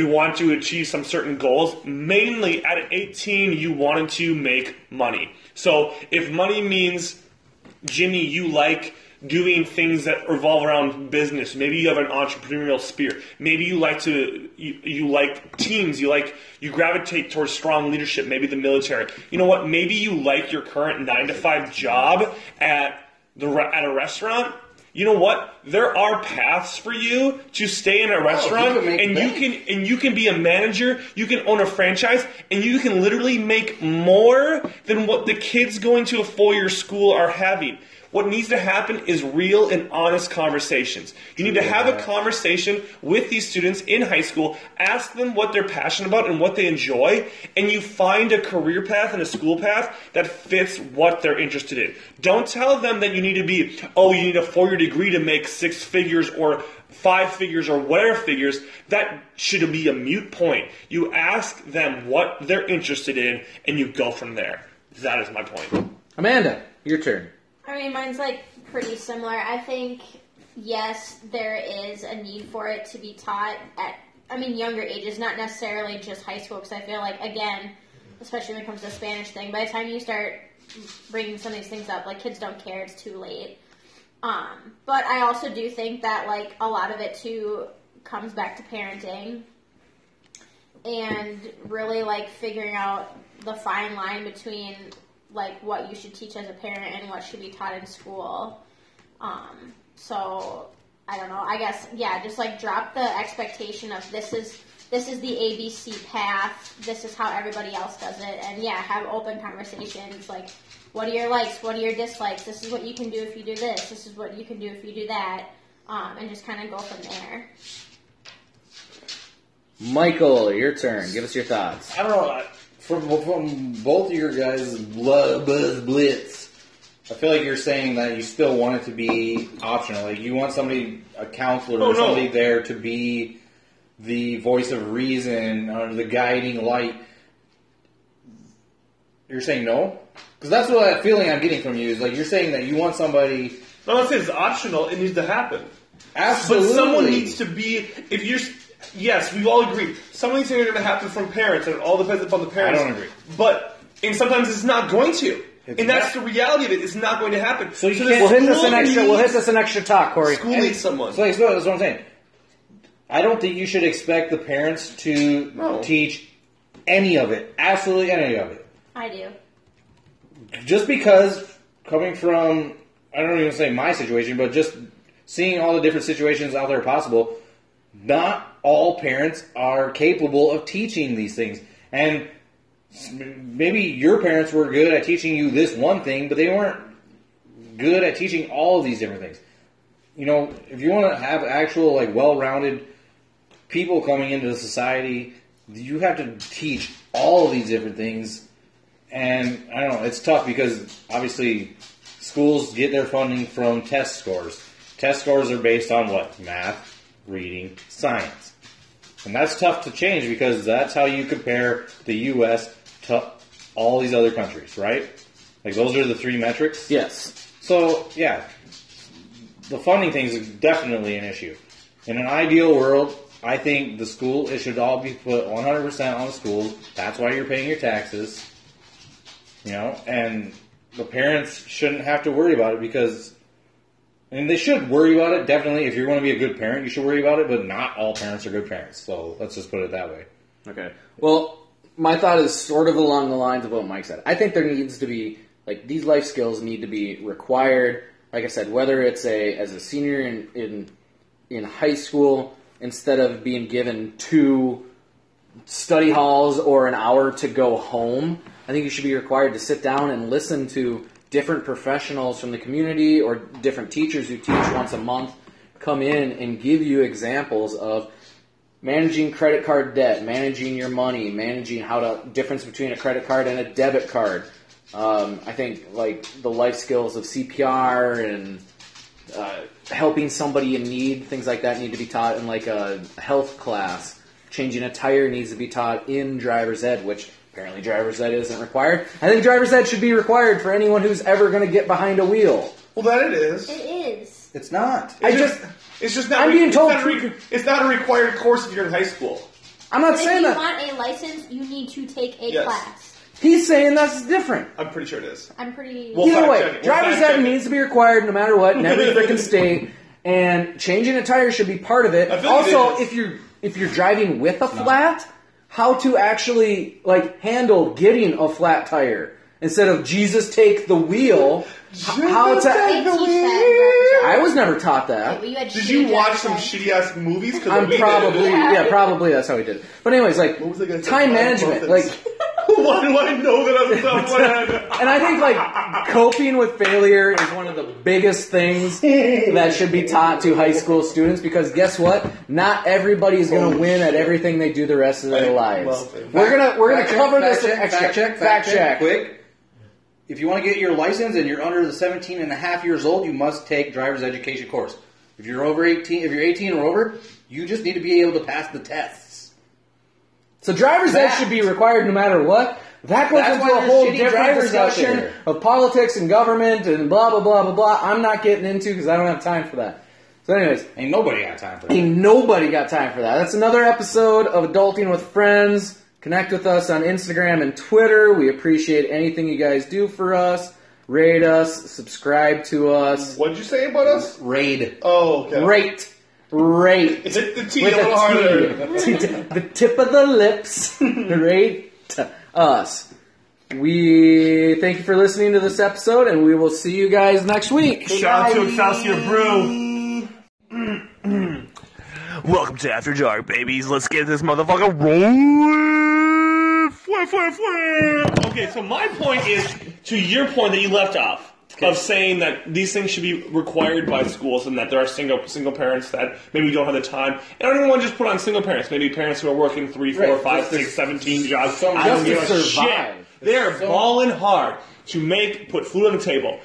S2: we want to achieve some certain goals. Mainly at 18, you wanted to make money. So if money means, Jimmy, you like doing things that revolve around business. Maybe you have an entrepreneurial spirit. Maybe you like to you, you like teams. You like you gravitate towards strong leadership. Maybe the military. You know what? Maybe you like your current nine to five job at the re- at a restaurant you know what? There are paths for you to stay in a restaurant,
S1: could Oh, make
S2: and you
S1: bank.
S2: can and you can be a manager. You can own a franchise, and you can literally make more than what the kids going to a four-year school are having. What needs to happen is real and honest conversations. You need to have a conversation with these students in high school, ask them what they're passionate about and what they enjoy, and you find a career path and a school path that fits what they're interested in. Don't tell them that you need to be, oh, you need a four year degree to make six figures or five figures or whatever figures, that should be a mute point. You ask them what they're interested in and you go from there. That is my point.
S1: Amanda, your turn.
S3: I mean, mine's like pretty similar. I think yes, there is a need for it to be taught at I mean younger ages, not necessarily just high school. Because I feel like again, especially when it comes to the Spanish thing, by the time you start bringing some of these things up, like kids don't care. It's too late. Um, but I also do think that like a lot of it too comes back to parenting and really like figuring out the fine line between like what you should teach as a parent and what should be taught in school. Um, so I don't know. I guess yeah, just like drop the expectation of this is this is the ABC path. This is how everybody else does it, and yeah, have open conversations. Like, what are your likes? What are your dislikes? This is what you can do if you do this. This is what you can do if you do that, um, and just kind of go from there.
S1: Michael, your turn. Give us your thoughts.
S5: I don't know. I- From, from both of your guys' blah, blah, blitz, I feel like you're saying that you still want it to be optional. Like you want somebody, a counselor
S2: Oh,
S5: or
S2: no.
S5: somebody there to be the voice of reason or the guiding light. You're saying no? Because that's what that feeling I'm getting from you is like you're saying that you want somebody
S2: No, I'm saying it's optional. It needs to happen.
S5: absolutely.
S2: But someone needs to be. If you're, yes, we all agree. Some of these things are going to happen from parents, and it all depends upon the parents.
S5: I don't agree.
S2: But and sometimes it's not going to,
S5: It's
S2: and that's
S5: not-
S2: the reality of it. It's not going to happen. So
S5: you
S2: the
S5: can't-
S7: We'll hit this
S2: school
S7: an extra. We'll hit
S2: needs-
S7: this an extra talk, Corey.
S2: School needs someone.
S5: So like, so that's what I'm saying. I don't think you should expect the parents to
S2: No.
S5: teach any of it. Absolutely any of it.
S3: I do.
S5: Just because coming from I don't even say my situation, but just seeing all the different situations out there possible, not all parents are capable of teaching these things. And s- maybe your parents were good at teaching you this one thing, but they weren't good at teaching all of these different things. You know, if you want to have actual like well-rounded people coming into the society, you have to teach all of these different things. And I don't know, it's tough because obviously schools get their funding from test scores. Test scores are based on what? Math, reading, science. And that's tough to change because that's how you compare the US to all these other countries, right? Like those are the three metrics.
S1: Yes.
S5: So yeah, the funding thing is definitely an issue. In an ideal world, I think the school it should all be put 100% on the school. That's why you're paying your taxes. You know, and the parents shouldn't have to worry about it because, and they should worry about it definitely. If you want to be a good parent, you should worry about it. But not all parents are good parents. So let's just put it that way.
S1: Okay. Well, my thought is sort of along the lines of what Mike said. I think there needs to be like these life skills need to be required. Like I said, whether it's a as a senior in in, in high school instead of being given two study halls or an hour to go home, I think you should be required to sit down and listen to different professionals from the community or different teachers who teach once a month come in and give you examples of managing credit card debt, managing your money, managing how to difference between a credit card and a debit card. Um, I think like the life skills of CPR and uh, helping somebody in need, things like that need to be taught in like a health class. Changing a tire needs to be taught in driver's ed, which apparently driver's ed isn't required. I think driver's ed should be required for anyone who's ever going to get behind a wheel.
S2: well, that it is.
S3: It is.
S5: It's not.
S1: I just,
S2: It's just not.
S1: I'm being told
S2: It's not, a
S1: to-
S2: re- it's not a required course if you're in high school.
S1: I'm not
S3: if
S1: saying
S3: you
S1: that.
S3: want a license, you need to take a
S2: Yes.
S3: class.
S1: He's saying that's different.
S2: I'm pretty sure it is.
S3: I'm pretty.
S2: Well,
S1: Either
S2: fact
S1: way,
S2: check it. We'll
S1: driver's
S2: fact
S1: ed
S2: check it.
S1: needs to be required no matter what in
S2: [LAUGHS]
S1: every freaking state, and changing a tire should be part of it.
S2: I feel like it
S1: Also,
S2: is.
S1: if you're if you're driving with a flat, how to actually like handle getting a flat tire. Instead of Jesus take the wheel, h- how it's
S3: They
S1: a-
S3: teach that. in
S1: I was never taught that.
S3: But you had
S7: Did
S3: shitty
S7: you watch
S3: dress
S7: some
S3: then.
S7: shitty ass movies? Cause
S1: I'm
S7: we did.
S2: [LAUGHS]
S1: probably yeah, probably that's how he did it. But anyways, like
S7: was I gonna say?
S1: time
S7: Five
S1: management,
S7: muffins.
S1: like [LAUGHS]
S7: Why do I know that I'm top one?
S1: and I think like coping with failure is one of the biggest things that should be taught to high school students because guess what? Not everybody is going to
S7: Oh,
S1: win at
S7: shit.
S1: everything they do the rest of their
S7: I
S1: lives.
S7: love it.
S1: We're gonna we're gonna
S5: Fact check,
S1: cover
S5: fact
S1: this in
S5: check,
S1: extra
S5: fact check, fact check,
S1: check.
S5: quick. If you want to get your license and you're under the 17 and a half years old, you must take driver's education course. If you're over 18, if you're 18 or over, you just need to be able to pass the tests.
S1: So driver's ed
S5: That-
S1: should be required no matter what. That goes
S5: That's
S1: into
S5: why
S1: a
S5: there's
S1: whole
S5: shitty
S1: different
S5: drivers out
S1: discussion
S5: there.
S1: of politics and government and blah blah blah blah blah. I'm not getting into because I don't have time for that. So, anyways,
S5: Ain't nobody got time for that.
S1: Ain't nobody got time for that. That's another episode of Adulting with Friends. Connect with us on Instagram and Twitter. We appreciate anything you guys do for us. Rate us, subscribe to us.
S7: What'd you say about us?
S5: Raid.
S7: Oh, okay.
S1: Rate. [LAUGHS] Rate.
S7: Hit the T a
S1: With
S7: little harder.
S1: a T. The tip of the lips. [LAUGHS] Rate us. We thank you for listening to this episode, and we will see you guys next week.
S2: Shout out to Excelsior Brew.
S8: [CLEARS THROAT] Welcome to After Dark, babies. Let's get this motherfucker rolling. Flip, flip, flip.
S2: Okay, so my point is to your point that you left off of saying that these things should be required by schools and that there are single single parents that maybe don't have the time. And I don't even want to just put on single parents. Maybe parents who are working three, four,
S1: Right,
S2: five,
S1: just to-
S2: six, seventeen jobs. I
S1: just
S2: don't
S1: to
S2: give a
S1: survive.
S2: shit. They are balling hard to make put food on the table.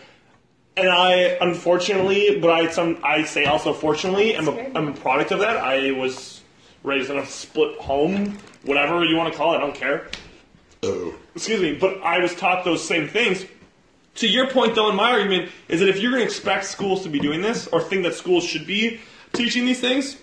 S2: And I, unfortunately, but I some I say also fortunately, I'm a, I'm a product of that. I was raised in a split home, whatever you want to call it. I don't care
S5: Oh.
S2: excuse me, but I was taught those same things. To your point, though, in my argument is that if you're going to expect schools to be doing this or think that schools should be teaching these things,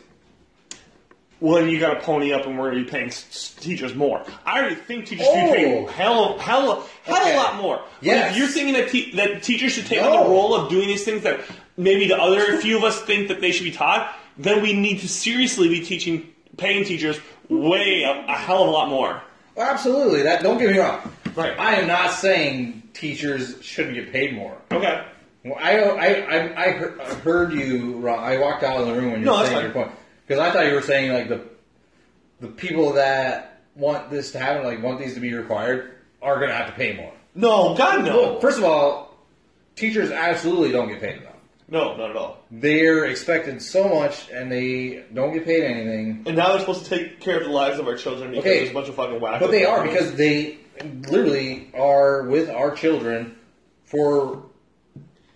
S2: well, then you got to pony up, and we're going to be paying s- s- teachers more. I already think teachers should be paying
S5: Oh.
S2: hell, hell, hell
S5: Okay.
S2: a lot more. But
S5: Yes.
S2: if you're thinking that te- that teachers should take on
S5: No.
S2: the role of doing these things that maybe the other few of us think that they should be taught, then we need to seriously be teaching, paying teachers way a, a hell of a lot more.
S5: Absolutely. That. Don't get me wrong.
S2: Right.
S5: I am not saying teachers shouldn't get paid more.
S2: Okay.
S5: Well, I, I, I, I heard, I heard you. Ron. I walked out of the room when you
S2: No,
S5: were
S2: that's
S5: saying your
S2: fine.
S5: point because I thought you were saying like the the people that want this to happen, like want these to be required, are going to have to pay more.
S2: No, God,
S5: Well,
S2: no.
S5: first of all, teachers absolutely don't get paid enough.
S2: No, not at all.
S5: They're expected so much, and they don't get paid anything.
S2: And now they're supposed to take care of the lives of our children because
S5: Okay.
S2: there's a bunch of fucking whack.
S5: But they are because they literally are with our children for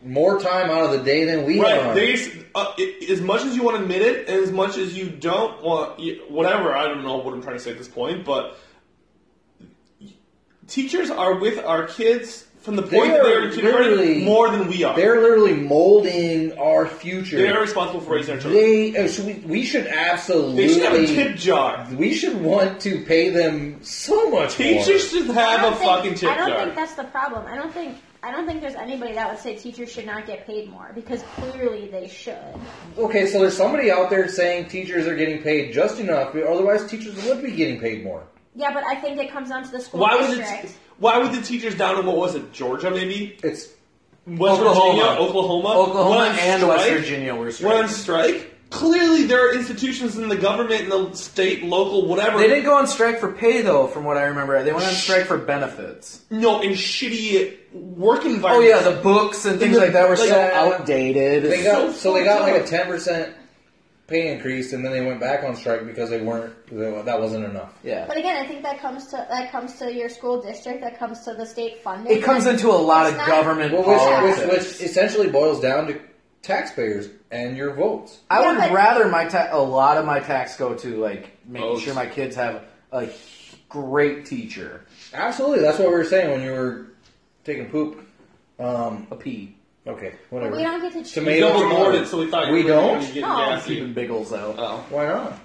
S5: more time out of the day than we
S2: Right.
S5: are.
S2: They, s- uh, i as much as you want to admit it, and as much as you don't want, you- whatever. I don't know what I'm trying to say at this point, but teachers are with our kids from the point that
S5: They
S2: they
S5: are
S2: are in kindergarten
S5: literally-
S2: more than we are. They're,
S5: They're literally molding our future.
S2: responsible for raising our children.
S5: They- uh, should we, we should absolutely.
S2: They should have a tip jar.
S5: We should want to pay them so much more.
S2: Teachers should
S3: I
S2: have
S3: don't
S2: a
S3: think-
S2: fucking tip
S3: I don't
S2: jar.
S3: think that's the problem. I don't think I don't think there's anybody that would say teachers should not get paid more because clearly they should.
S5: Okay, so there's somebody out there saying teachers are getting paid just enough, but otherwise teachers would be getting paid more.
S3: Yeah, but I think it comes down to the school
S2: why would the
S3: district.
S2: t- why would the teachers down in what was it Georgia maybe
S5: It's
S2: West
S1: Oklahoma.
S2: Virginia Oklahoma
S1: Oklahoma
S2: went on
S1: and West
S2: strike.
S1: Virginia were
S2: went
S1: striking.
S2: on strike. Clearly, there are institutions in the government, in the state, local, whatever.
S1: They didn't go on strike for pay though, from what I remember. They went on strike for benefits.
S2: no in shitty work
S1: Oh
S2: environments.
S1: yeah, the books and things
S2: the-
S1: like that were
S2: like,
S1: so
S2: uh,
S1: outdated.
S5: they got
S2: so
S5: so they got
S2: fucked
S5: like a
S2: up.
S5: ten percent pay increase, and then they went back on strike because they weren't that wasn't enough.
S1: yeah,
S3: But again, I think that comes to that comes to your school district, that comes to the state funding.
S1: it comes
S3: Like,
S1: into a lot of
S3: it's not-
S1: government
S5: Well, which,
S1: politics.
S5: which, which essentially boils down to taxpayers and your votes.
S1: I
S3: Yeah,
S1: would
S3: but-
S1: rather my ta- a lot of my tax go to like making
S7: Votes.
S1: sure my kids have a h- great teacher.
S5: Absolutely, that's what we were saying when you were taking poop. Um,
S1: A P.
S5: okay, whatever.
S3: We don't get to choose.
S2: we
S5: Tomato.
S2: double boarded, so we thought you
S5: We
S2: were gonna
S5: don't?
S2: be getting
S3: No.
S2: gassy.
S1: Keeping Biggles out.
S2: Oh.
S5: Why not?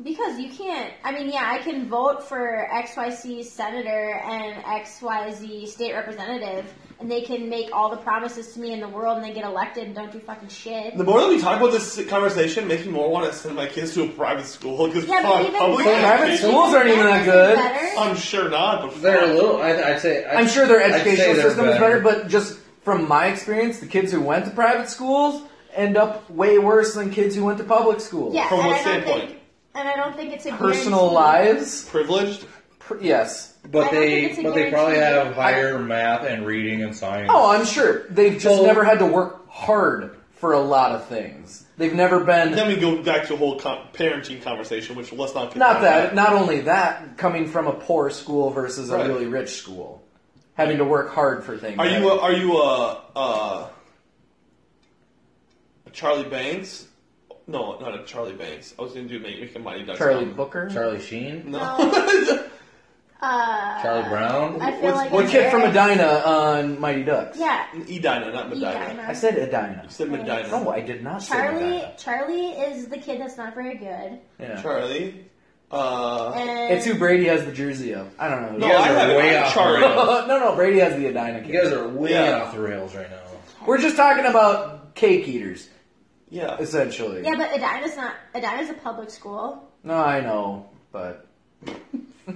S3: Because you can't. I mean, yeah, I can vote for XYZ senator and XYZ state representative, and they can make all the promises to me in the world and they get elected and don't do fucking shit.
S2: The more that we talk about this conversation, it makes me more want to send my kids to a private school because
S3: Yeah, but
S2: fuck,
S3: even
S2: public
S3: then-
S1: private
S2: education-
S1: schools aren't even that
S3: Isn't
S1: good.
S3: better?
S2: I'm sure not, but
S5: They're a
S2: fuck.
S5: little. I, I'd say.
S1: I'm sure their
S5: I'd say
S1: educational
S5: they're
S1: system is better, but just from my experience, the kids who went to private schools end up way worse than kids who went to public schools.
S3: Yeah,
S2: From
S3: and
S2: what
S3: I don't
S2: standpoint?
S3: think, and I don't think it's a
S1: Personal
S3: guarantee.
S1: lives?
S2: privileged.
S1: Pr- yes.
S3: I
S5: But
S3: don't think
S5: they,
S3: it's a
S5: but they probably
S3: guarantee.
S5: have higher math and reading and science.
S1: Oh, I'm sure. They've just
S5: Well-
S1: never had to work hard for a lot of things. They've never been.
S2: Then we go back to a whole com- parenting conversation, which let's not. get
S1: Not
S2: down
S1: that.
S2: to
S1: Not only that, coming from a poor school versus a
S2: Right.
S1: really rich school, having to work hard for things.
S2: Are you a, are you a, uh a Charlie Banks? No, not a Charlie Banks. I was gonna do make, make a Mighty Ducks.
S1: Charlie
S2: album.
S1: Booker?
S5: Charlie Sheen,
S2: [LAUGHS] No.
S3: Uh,
S5: Charlie Brown.
S3: I feel
S2: What's-
S3: like
S2: what
S3: I'm
S1: Kid from
S3: there.
S1: Edina on Mighty Ducks.
S3: Yeah,
S2: Edina, E not Medina.
S3: Edina.
S1: I said Edina.
S2: You said Medina.
S1: No, I did not say
S3: Charlie.
S1: Medina.
S3: Charlie is the kid that's not very good.
S1: Yeah.
S2: Charlie. Uh,
S3: And
S1: It's who Brady has the jersey of. I don't know. who
S2: no,
S1: it is.
S2: I
S5: are
S2: have
S5: way
S2: it. I'm
S1: [LAUGHS]
S5: off
S2: Charlie.
S1: no, no, Brady has the Edina
S5: You guys
S1: kid.
S5: are way
S2: Yeah.
S5: off the rails right now.
S1: We're just talking about cake eaters,
S2: Yeah.
S1: essentially.
S3: yeah, but Edina's not. Edina's a public school.
S1: No, I know,
S3: [LAUGHS]
S1: but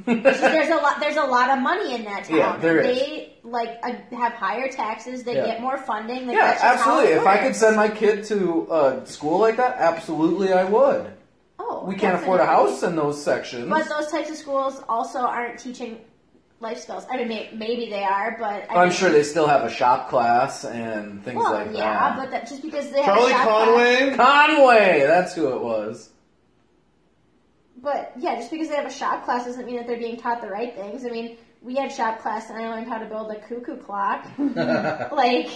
S3: There's a lot. There's a lot of money in that town.
S1: Yeah, there is.
S3: They like uh, have higher taxes. They
S1: Yeah.
S3: get more funding. Like,
S1: yeah,
S3: that's just how
S1: absolutely.
S3: it
S1: If I
S3: works.
S1: could send my kid to a school like that, absolutely, I would.
S3: oh,
S1: We can't
S3: definitely.
S1: afford a house in those sections.
S3: But those types of schools also aren't teaching life skills. I mean, may, maybe they are, but I
S1: I'm
S3: mean-
S1: sure they still have a shop class and things
S3: Well,
S1: like
S3: yeah,
S1: that.
S3: but that, just because they
S2: Charlie
S3: have a shop class-
S2: Conway.
S1: Conway, that's who it was.
S3: But yeah, just because they have a shop class doesn't mean that they're being taught the right things. I mean, we had shop class and I learned how to build a cuckoo
S1: [LAUGHS]
S3: clock.
S5: [LAUGHS]
S3: like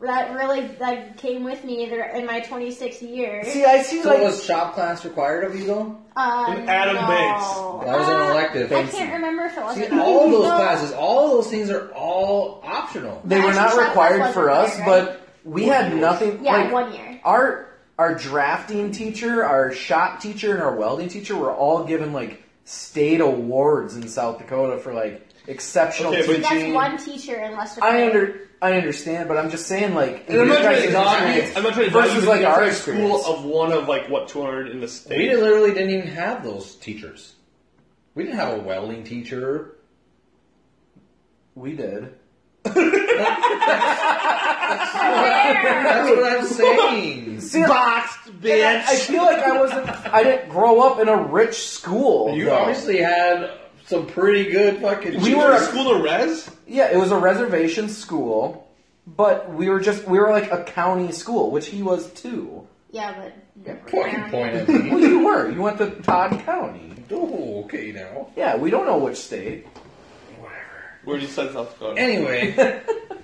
S3: that really that came with me there in my 26 years.
S1: See, I see
S5: So
S1: like
S5: was shop class required of you though?
S3: Um,
S2: And Adam
S3: no.
S2: Banks.
S5: That was an
S3: Uh,
S5: elective.
S3: I can't remember if it was.
S5: See,
S3: or not.
S5: all those
S3: No.
S5: classes, all those things are all optional.
S1: they were
S3: Actually,
S1: not
S3: shop class
S1: required
S3: was
S1: for us,
S3: required, right?
S1: but we had nothing.
S3: Yeah,
S1: like,
S3: one year.
S1: Our our drafting teacher, our shop teacher, and our welding teacher were all given like state awards in South Dakota for like exceptional
S2: Okay, but-
S1: teaching.
S3: That's one teacher in Lester.
S1: I
S3: Prairie.
S1: under I understand, but I'm just saying like
S2: And I'm not trying to knock you.
S1: experience
S2: I'm not trying to knock you,
S1: versus
S2: but
S1: like
S2: it's
S1: our
S2: a
S1: experience.
S2: school of one of like what 200 in the state.
S5: We literally didn't even have those teachers. We didn't have a welding teacher.
S1: we did.
S5: That's what I'm saying.
S1: See,
S2: boxed,
S1: I, I feel like I wasn't. I didn't grow up in a rich school.
S5: You
S1: though.
S5: obviously had some pretty good fucking.
S2: We
S1: you
S2: were
S1: were
S2: a
S1: a-
S2: school to res.
S1: Yeah, it was a reservation school, but we were just we were like a county school, which he was too.
S3: [LAUGHS] Yeah, but different county.
S5: Fucking point at
S1: Well, [LAUGHS]
S5: me.
S1: you were. You went to Todd County.
S5: oh, okay now.
S1: Yeah, we don't know which state. [LAUGHS]
S2: Where did you said South Dakota?
S5: Anyway. [LAUGHS]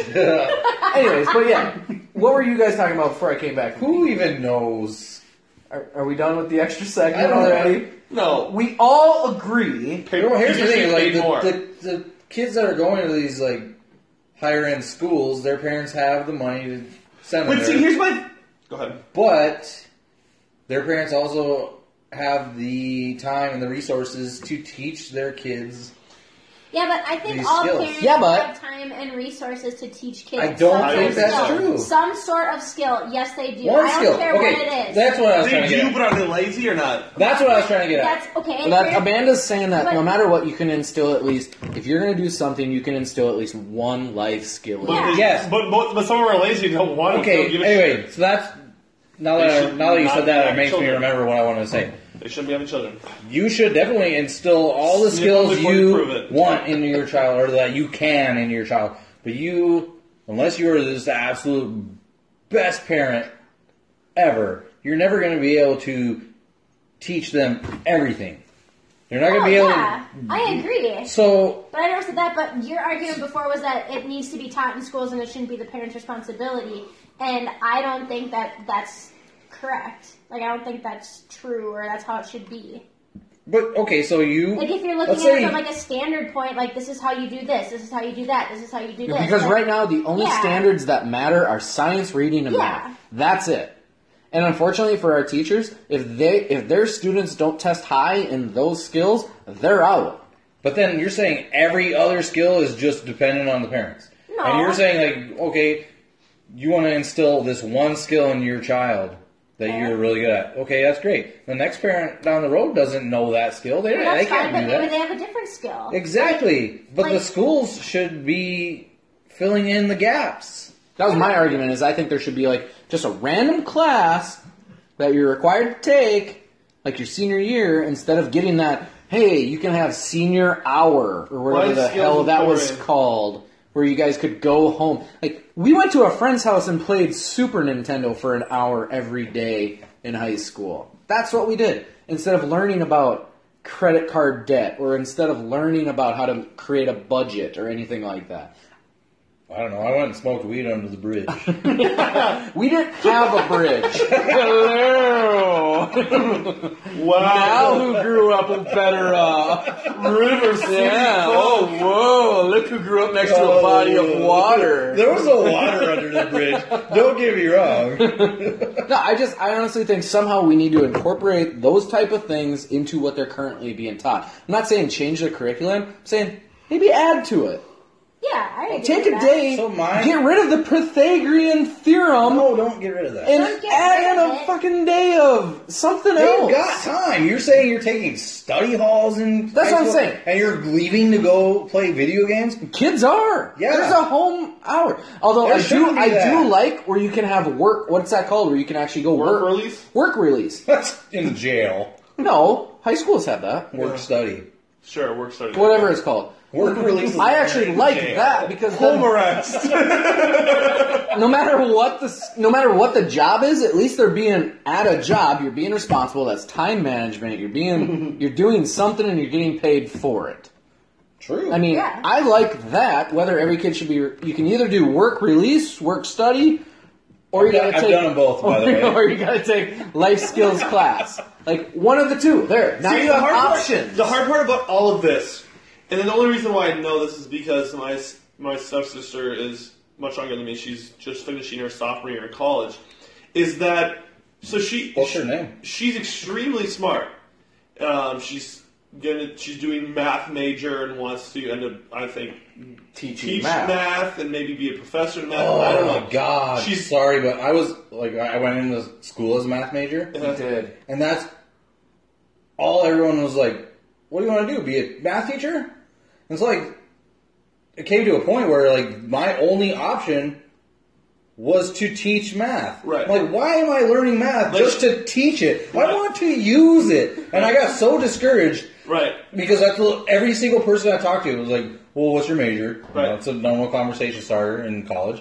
S1: Anyways, but yeah, what were you guys talking about before I came back?
S5: Who even knows?
S1: Are, are we done with the extra segment
S5: I don't know.
S1: already?
S2: no.
S1: We all agree.
S5: Well, here's the
S2: Teachers
S5: thing:
S2: get
S5: like
S2: paid more.
S5: the, the, the kids that are going to these like higher end schools, their parents have the money to send them
S2: But see,
S5: there,
S2: here's my. Go ahead.
S5: but their parents also have the time and the resources to teach their kids.
S3: Yeah, but I think
S5: These
S3: all
S5: skills.
S3: parents
S1: Yeah, but-
S3: have time and resources to teach kids.
S5: I don't
S3: some
S2: think
S3: sort of
S2: that's
S3: skill.
S5: true.
S3: Some sort of skill. Yes, they do.
S5: One
S3: I don't
S5: skill.
S3: care
S5: okay,
S3: what it is.
S5: that's what I was trying
S2: They
S5: to get.
S2: do,
S5: at.
S2: but are they lazy or not?
S5: That's what I was trying to get at.
S3: That's okay.
S1: That,
S3: fair-
S1: Amanda's saying that no
S3: But-
S1: matter what, you can instill at least if you're going to do something, you can instill at least one life skill.
S3: Yeah.
S5: Yes.
S2: But but, but some of them are lazy and don't want to.
S5: Okay.
S2: Don't give a
S5: Anyway, so that's now
S2: They
S5: that I,
S2: should
S5: now that you
S2: not
S5: said that,
S2: have
S5: it makes me
S2: children.
S5: remember what I wanted to say.
S2: shit. They shouldn't be having children.
S5: You should definitely instill all the
S2: Sniff
S5: skills
S2: them before you prove
S5: you
S2: it.
S5: want into your child, or that you can into your child. But you, unless you are this absolute best parent ever, you're never going to be able to teach them everything. You're not going to
S3: Oh,
S5: be able.
S3: yeah, I agree.
S5: to... So
S3: But I never said that. But your argument before was that it needs to be taught in schools and it shouldn't be the parents' responsibility. And I don't think that that's correct. Like I don't think that's true, or that's how it should be.
S5: But okay, so you
S3: Like if you're
S5: let's
S3: looking at
S5: say,
S3: it from like a standard point, like this is how you do this, this is how you do that, this is how you do this.
S1: Because
S3: Like,
S1: right now, the only
S3: Yeah.
S1: standards that matter are science, reading, and
S3: Yeah.
S1: math. That's it. And unfortunately for our teachers, if they if their students don't test high in those skills, they're out.
S5: But then you're saying every other skill is just dependent on the parents.
S3: No.
S5: And you're saying like, okay, you want to instill this one skill in your child that you're really good at. Okay, that's great. The next parent down the road doesn't know that skill. They,
S3: Well,
S5: they
S3: that's
S5: can't
S3: fine,
S5: do
S3: but maybe
S5: that.
S3: they have a different skill.
S5: Exactly. But the
S3: Like-
S5: schools should be filling in the gaps.
S1: That was my argument. Is I think there should be like just a random class that you're required to take, like your senior year, instead of getting that. Hey, you can have senior hour or whatever
S2: Life
S1: the
S2: skills
S1: hell that was
S2: important.
S1: called, where you guys could go home. Like we went to a friend's house and played Super Nintendo for an hour every day in high school. That's what we did instead of learning about credit card debt or instead of learning about how to create a budget or anything like that.
S5: I don't know. I went and smoked weed under
S1: [LAUGHS]
S5: the bridge.
S1: We didn't have a bridge. Hello. Now
S9: Wow.
S1: who grew up in better uh, river Yeah. Oh, whoa! Look who grew up next to a body of water.
S5: there was no water under the bridge. Don't get me wrong.
S1: No, I just I honestly think somehow we need to incorporate those type of things into what they're currently being taught. I'm not saying change the curriculum. I'm saying maybe add to it.
S3: Yeah, I agree
S1: Take
S3: with
S1: a
S3: that.
S1: day,
S5: So mine-
S1: get rid of the Pythagorean theorem,
S5: No, don't get rid of that.
S1: and
S3: Don't get rid
S1: add in
S3: of
S1: a
S3: it.
S1: fucking day of something
S5: You've
S1: else.
S5: got time. You're saying you're taking study halls and
S1: That's what I'm saying.
S5: and you're leaving to go play video games. [LAUGHS]
S1: Kids are.
S5: Yeah.
S1: There's a home hour. Although
S5: There
S1: I do
S5: shouldn't be
S1: I
S5: that.
S1: do like where you can have work what's that called? Where you can actually go work,
S2: release?
S1: Work release.
S5: That's in jail.
S1: No. High schools have that.
S5: Work study.
S9: Sure, work started.
S1: Whatever it's called. [LAUGHS]
S5: Work release.
S1: I actually like that because then,
S9: Arrest.
S1: [LAUGHS] no matter what the s- no matter what the job is, at least they're being at a job. You're being responsible. That's time management. You're
S5: [LAUGHS]
S1: being you're doing something and you're getting paid for it.
S5: true.
S1: I mean,
S3: Yeah.
S1: I like that. Whether every kid should be, you can either do work release, work study, or you got to
S5: I've
S1: take.
S5: done them
S1: [LAUGHS]
S5: both, [LAUGHS] by the way.
S1: Or you got to take life skills class. Like one of the two. There. Now you have options.
S2: Part, the hard part about all of this, and then the only reason why I know this is because my s- my stepsister is much younger than me. She's just finishing her sophomore year in college. Is that so? She
S5: What's her name?
S2: She's extremely smart. Um, she's gonna she's doing math major and wants to end up. I think
S1: Teaching
S2: teach
S1: math.
S2: math. and maybe be a professor in math.
S5: Oh
S2: I don't know.
S5: my god.
S2: She's-
S5: sorry, but I was like, I I went into school as a math major,
S2: Uh,
S1: did.
S5: and that's all everyone was like. What do you want to do? Be a math teacher? And it's like it came to a point where like my only option was to teach math.
S2: Right.
S5: Like, why am I learning math
S2: Like-
S5: just to teach it? I
S2: Right.
S5: want to use it, and I got so discouraged.
S2: Right.
S5: Because that's what- every single person I talked to was like, "Well, what's your major?" You
S2: Right.
S5: know, it's a normal conversation starter in college.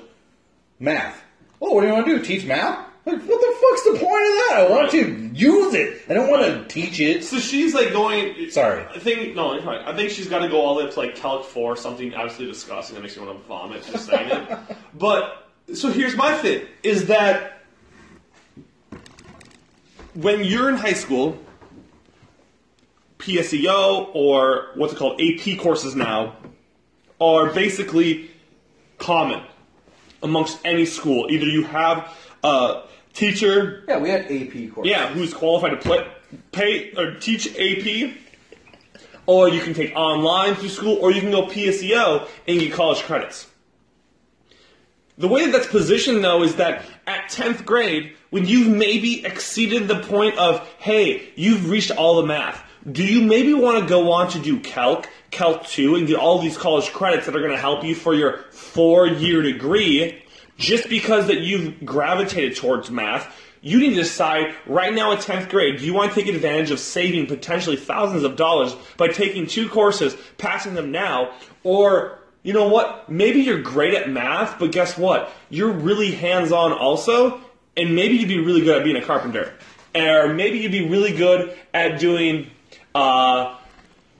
S5: Math. Oh, what do you want to do? Teach math? Like, what the fuck's the point of that? I want
S2: Right.
S5: to use it. I don't want to teach it.
S2: So she's like going.
S5: Sorry.
S2: I think no, it's fine. I think she's got to go all the way up to like Calc Four, something absolutely disgusting that makes me want to vomit just saying it. But so here's my thing: is that when you're in high school, PSEO or what's it called AP courses now are basically common amongst any school. Either you have a teacher
S1: Yeah, we had AP course.
S2: yeah, who's qualified to play, pay or teach AP, or you can take online through school, or you can go PSEO and get college credits. The way that that's positioned, though, is that at 10th grade, when you've maybe exceeded the point of, hey, you've reached all the math, do you maybe want to go on to do Calc, Calc 2, and get all these college credits that are going to help you for your four year degree just because that you've gravitated towards math? You need to decide right now at 10th grade, do you want to take advantage of saving potentially thousands of dollars by taking two courses, passing them now, or you know what? Maybe you're great at math, but guess what? You're really hands on also, and maybe you'd be really good at being a carpenter. Or maybe you'd be really good at doing uh,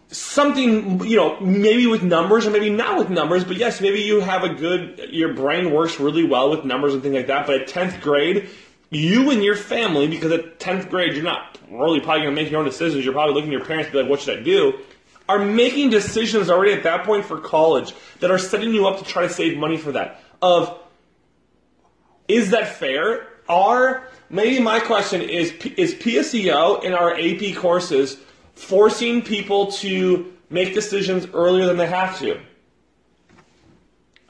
S2: something, you know, maybe with numbers or maybe not with numbers, but yes, maybe you have a good, your brain works really well with numbers and things like that, but at 10th grade, you and your family, because at 10th grade you're not really probably going to make your own decisions, you're probably looking at your parents to be like, what should I do? Are making decisions already at that point for college that are setting you up to try to save money for that. Of, is that fair? Are maybe my question
S7: E
S2: is is PSEO and our AP courses forcing people to
S7: make decisions earlier than they have to.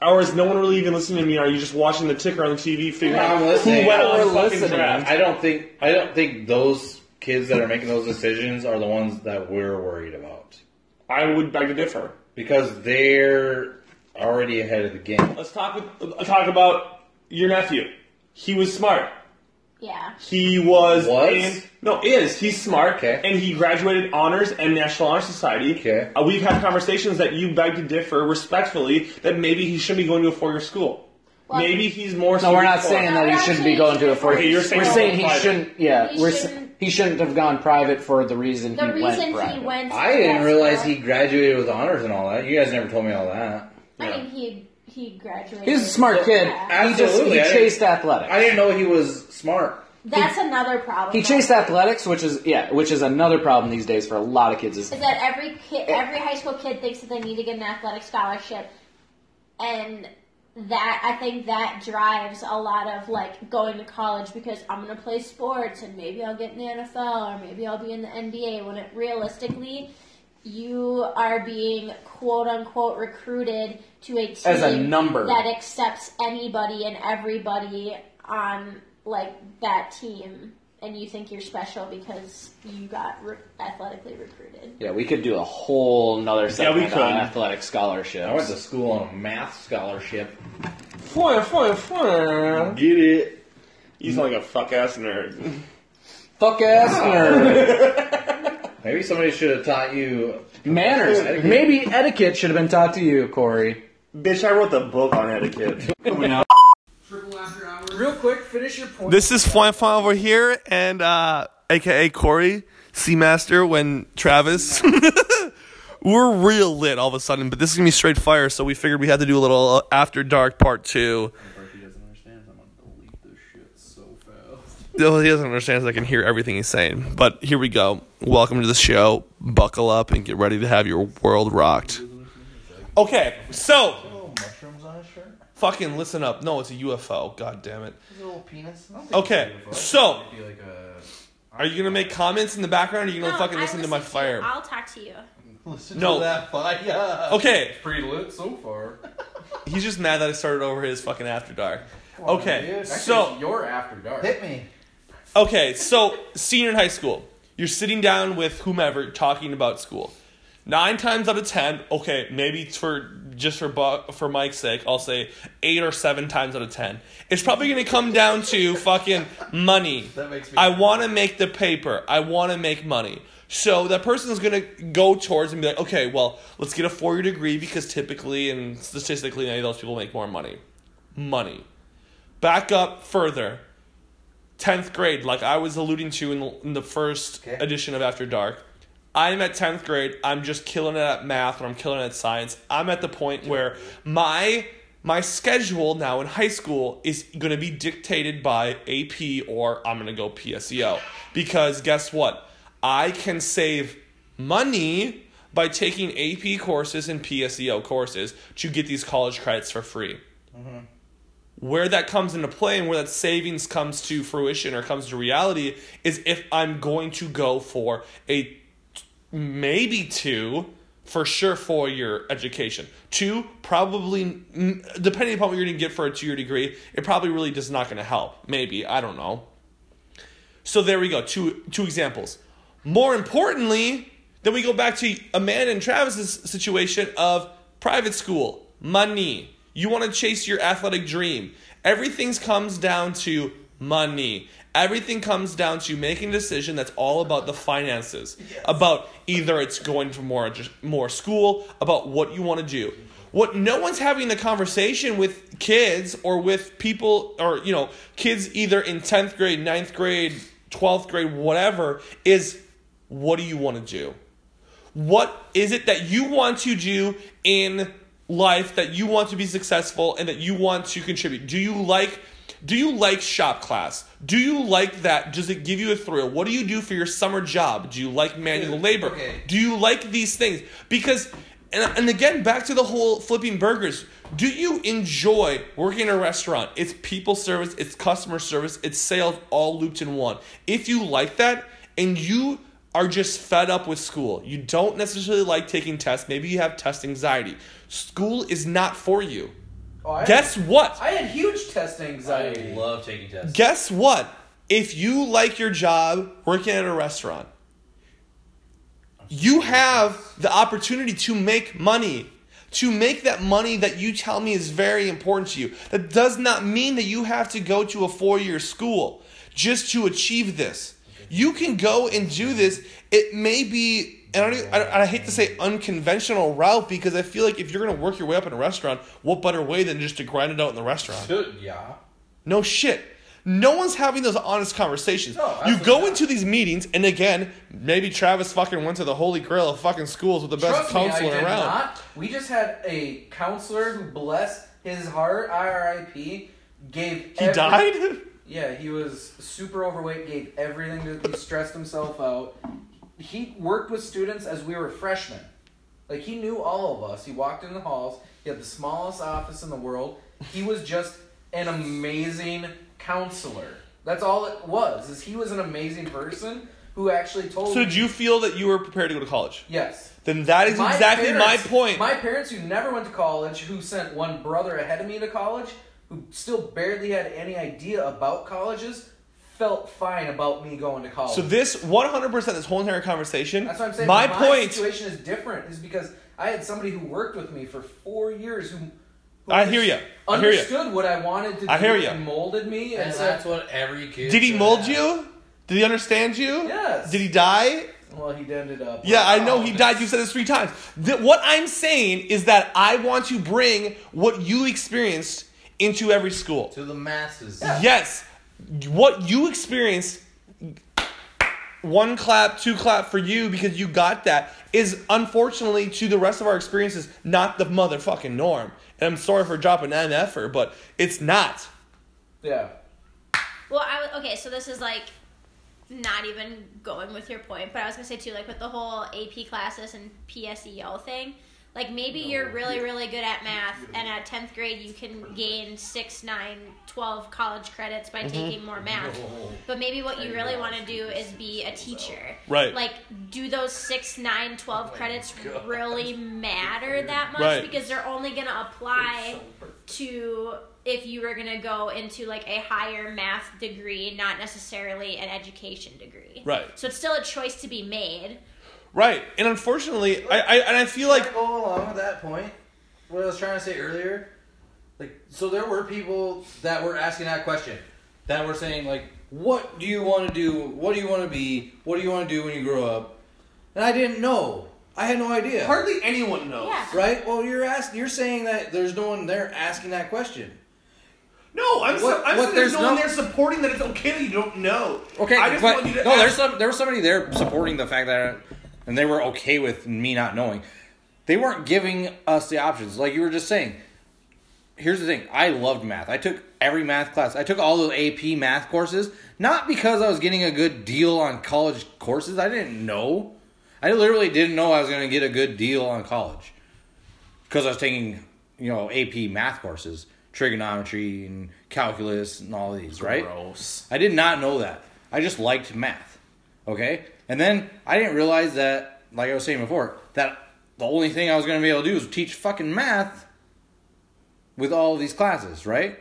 S7: Or is no one really even listening to me? Or are you just watching the ticker on the TV, figuring
S5: Yeah, I'm
S7: out who
S5: listening.
S7: went on
S1: We're
S7: the fucking
S1: listening.
S7: draft?
S5: I don't think I don't think those kids that are making those decisions are the ones that we're worried about
S7: I would beg to differ.
S5: because they're already ahead of the game.
S7: Let's talk with, uh, talk about your nephew. He was smart.
S3: Yeah.
S7: He was
S5: Was?
S7: in- no is he's smart
S5: Okay.
S7: and he graduated honors and National Honor Society.
S5: Okay.
S7: Uh, we've had conversations that you beg to differ respectfully that maybe he should be going to a four year school.
S3: Well-
S7: maybe he's more.
S1: No, we're
S7: suited
S1: not
S7: for-
S1: saying that he shouldn't be going to a fourth.
S7: Okay, you're saying
S1: we're saying he
S7: private.
S1: shouldn't. Yeah,
S3: He
S1: we're
S3: shouldn't-
S1: he shouldn't have gone private for the reason
S3: The
S1: he
S3: reason
S1: went private.
S3: he went. to
S5: I didn't
S3: that
S5: realize
S3: school-
S5: he graduated with honors and all that. You guys never told me all that.
S3: I mean, he he graduated.
S1: He's a smart kid.
S3: Yeah.
S1: He just he
S5: Absolutely, I
S1: chased athletics.
S5: I didn't know he was smart.
S3: That's another problem.
S1: he
S3: though,
S1: chased athletics, which is yeah, which is another problem these days for a lot of kids. Is
S3: Is that every kid, every high school kid thinks that they need to get an athletic scholarship, and that I think that drives a lot of like going to college because I'm gonna play sports and maybe I'll get in the NFL or maybe I'll be in the NBA. When it realistically. You are being quote unquote recruited to a team
S1: As a number.
S3: that accepts anybody and everybody on like that team, and you think you're special because you got re- athletically recruited.
S1: yeah, we could do a whole nother segment
S7: we
S1: on
S7: could.
S1: athletic scholarships.
S5: I went to school on a math scholarship.
S7: Four, four,
S10: Uh-huh.
S7: four.
S5: Get it?
S7: He's like a fuck ass
S2: [LAUGHS]
S7: nerd.
S1: Fuck ass nerd.
S5: Maybe somebody should have taught you.
S1: Manners. Maybe etiquette should have been taught to you, Corey.
S7: Bitch, I wrote the book on etiquette.
S1: Real quick, finish your point.
S10: This is Flying Fly over here, and uh, AKA Corey, Seamaster, when Travis. [LAUGHS] We're real lit all of a sudden, but this is gonna be straight fire, so we figured we had to do a little uh, After Dark Part 2. Though He doesn't understand, so I can hear everything he's saying. But here we go. Welcome to the show. Buckle up and get ready to have your world rocked. Okay, so. Fucking listen up. No, it's a UFO. God damn it. Okay, so are you gonna make comments in the background? Or are you gonna fucking
S3: I
S10: listen to my fire?
S3: I'll talk to you.
S10: no. Okay,
S11: Pretty lit so far.
S10: he's just mad that I started over his fucking after dark. okay,
S11: Actually,
S10: so
S11: it's your after dark.
S12: Hit me.
S10: okay, so senior in high school, you're sitting down with whomever talking about school. Nine times out of ten, okay, maybe it's for just for Bu- for Mike's sake, I'll say eight or seven times out of ten. It's probably gonna come down to fucking money.
S12: [LAUGHS] That makes me.
S10: I want to make the paper. I want to make money. So that person is going to go towards and be like, okay, well, let's get a four year degree because typically and statistically, maybe those people make more money. Money. Back up further. 10th grade, like I was alluding to in the, in the first
S12: Okay.
S10: edition of After Dark. I'm at 10th grade. I'm just killing it at math and I'm killing it at science. I'm at the point where my my schedule now in high school is going to be dictated by AP or I'm going to go PSEO. Because guess what? I can save money by taking AP courses and PSEO courses to get these college credits for free where that comes into play and where that savings comes to fruition or comes to reality is if I'm going to go for a t- maybe two for sure four year education. Two probably mm, depending upon what you're going to get for a two year degree, it probably really does not going to help. Maybe I don't know. So there we go. Two two examples. More importantly, then we go back to Amanda and Travis's situation of private school, money. You want to chase your athletic dream. Everything comes down to money. Everything comes down to making a decision that's all about the finances. About either it's going for more edu- more school, about what you want to do what no one's having the conversation with kids or with people or you know kids either in 10th grade 9th grade 12th grade whatever is what do you want to do what is it that you want to do in life that you want to be successful and that you want to contribute do you like do you like shop class do you like that does it give you a thrill what do you do for your summer job do you like manual labor
S12: okay.
S10: do you like these things because and, and again back to the whole flipping burgers do you enjoy working in a restaurant it's people service it's customer service it's sales all looped in one if you like that and you are just fed up with school. You don't necessarily like taking tests. Maybe you have test anxiety. School is not for you.
S11: Oh, I
S10: Guess what?
S11: Had, I had huge test anxiety.
S12: I love taking tests.
S10: Guess what? If you like your job working at a restaurant, you have the opportunity to make money. To make that money that you tell me is very important to you. That does not mean that you have to go to a four year school just to achieve this. You can go and do this. It may be, and I, don't even, I, don't- I hate to say unconventional route because I feel like if you're going to work your way up in a restaurant, what better way than just to grind it out in the restaurant?
S11: Dude, yeah.
S10: No shit. No one's having those honest conversations.
S11: No,
S10: you
S11: absolutely
S10: go
S11: not.
S10: into these meetings, and again, maybe Travis fucking went to the holy grail of fucking schools with the best
S11: Trust
S10: counselor
S11: me, I did
S10: around.
S11: not. We just had a counselor who, bless his heart, IRIP, gave.
S10: He died?
S11: Yeah, he was super overweight, gave everything to, he stressed himself out. He worked with students as we were freshmen. Like, he knew all of us. He walked in the halls, he had the smallest office in the world. He was just an amazing counselor. That's all it was, is he was an amazing person who actually told
S10: So did you feel that you were prepared to go to college?
S11: Yes.
S10: Then that is exactly
S11: parents-
S10: my point.
S11: My parents, who never went to college, who sent one brother ahead of me to college, who still barely had any idea about colleges, felt fine about me going to college.
S10: so this 100% this whole entire conversation
S11: That's what I'm saying.
S10: my, point
S11: situation is different, is because I had somebody who worked with me for four years who. who
S10: I hear ya. I hear ya.
S11: Understood what I wanted to do
S10: I hear ya.
S11: and molded me, and,
S12: And
S11: said,
S12: that's what every kid.
S10: did he
S12: should
S10: mold
S12: have.
S10: you? Did he understand you?
S11: Yes.
S10: Did he die?
S11: "Well, he ended up."
S10: Yeah, I know
S12: Oh,
S10: he
S12: man.
S10: died. You said this three times. Th- what I'm saying is that I want to bring what you experienced into every school.
S12: To the masses.
S10: Yes, what you experienced, one clap, two clap for you because you got that, is unfortunately to the rest of our experiences not the motherfucking norm. And I'm sorry for dropping MFer, but it's not.
S11: yeah.
S3: Well, I was- okay, so this is like not even going with your point, but I was gonna say too, like with the whole AP classes and PSEO thing, like maybe you're really, really good at math, and at tenth grade you can gain six, nine, twelve college credits
S10: Mm-hmm.
S3: by taking more math. But maybe what you really want to do is be a teacher,
S10: Right.
S3: Like, do those six, nine, twelve credits really matter that much?
S10: Right.
S3: Because they're only gonna apply to if you were going to go into like a higher math degree, not necessarily an education degree.
S10: Right.
S3: So it's still a choice to be made.
S10: Right. And unfortunately, I, I and I feel like
S12: Like, go along with that point. What I was trying to say earlier. Like, so there were people that were asking that question. That were saying, like, what do you want to do? What do you want to be? What do you want to do when you grow up? And I didn't know. I had no idea.
S11: Hardly anyone knows.
S3: Yeah.
S12: Right? Well, you're asking. You're saying that there's no one there asking that question.
S7: No, I'm, so,
S12: What-
S7: I'm
S12: what,
S7: saying there's
S12: there's
S7: no one
S12: no-
S7: there supporting that it's okay that you don't know.
S5: Okay,
S7: I just
S5: but
S7: want you to
S5: no,
S7: ask-
S5: there's some, there was somebody there supporting the fact that, and they were okay with me not knowing. They weren't giving us the options, like you were just saying. Here's the thing: I loved math. I took every math class. I took all those AP math courses, not because I was getting a good deal on college courses. I didn't know. I literally didn't know I was going to get a good deal on college because I was taking, you know, AP math courses, trigonometry and calculus and all these, right?
S12: Gross.
S5: I did not know that. I just liked math. Okay? And then I didn't realize that, like I was saying before, that the only thing I was going to be able to do is teach fucking math with all of these classes, right?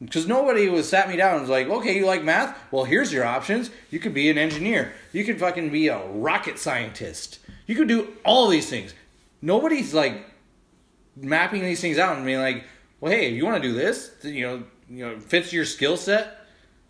S5: Because nobody was sat me down and was like, okay, you like math? Well, here's your options. You could be an engineer. You could fucking be a rocket scientist. You could do all these things. Nobody's like mapping these things out and being like, well, hey, if you want to do this, th- you know, you know, fits your skill set,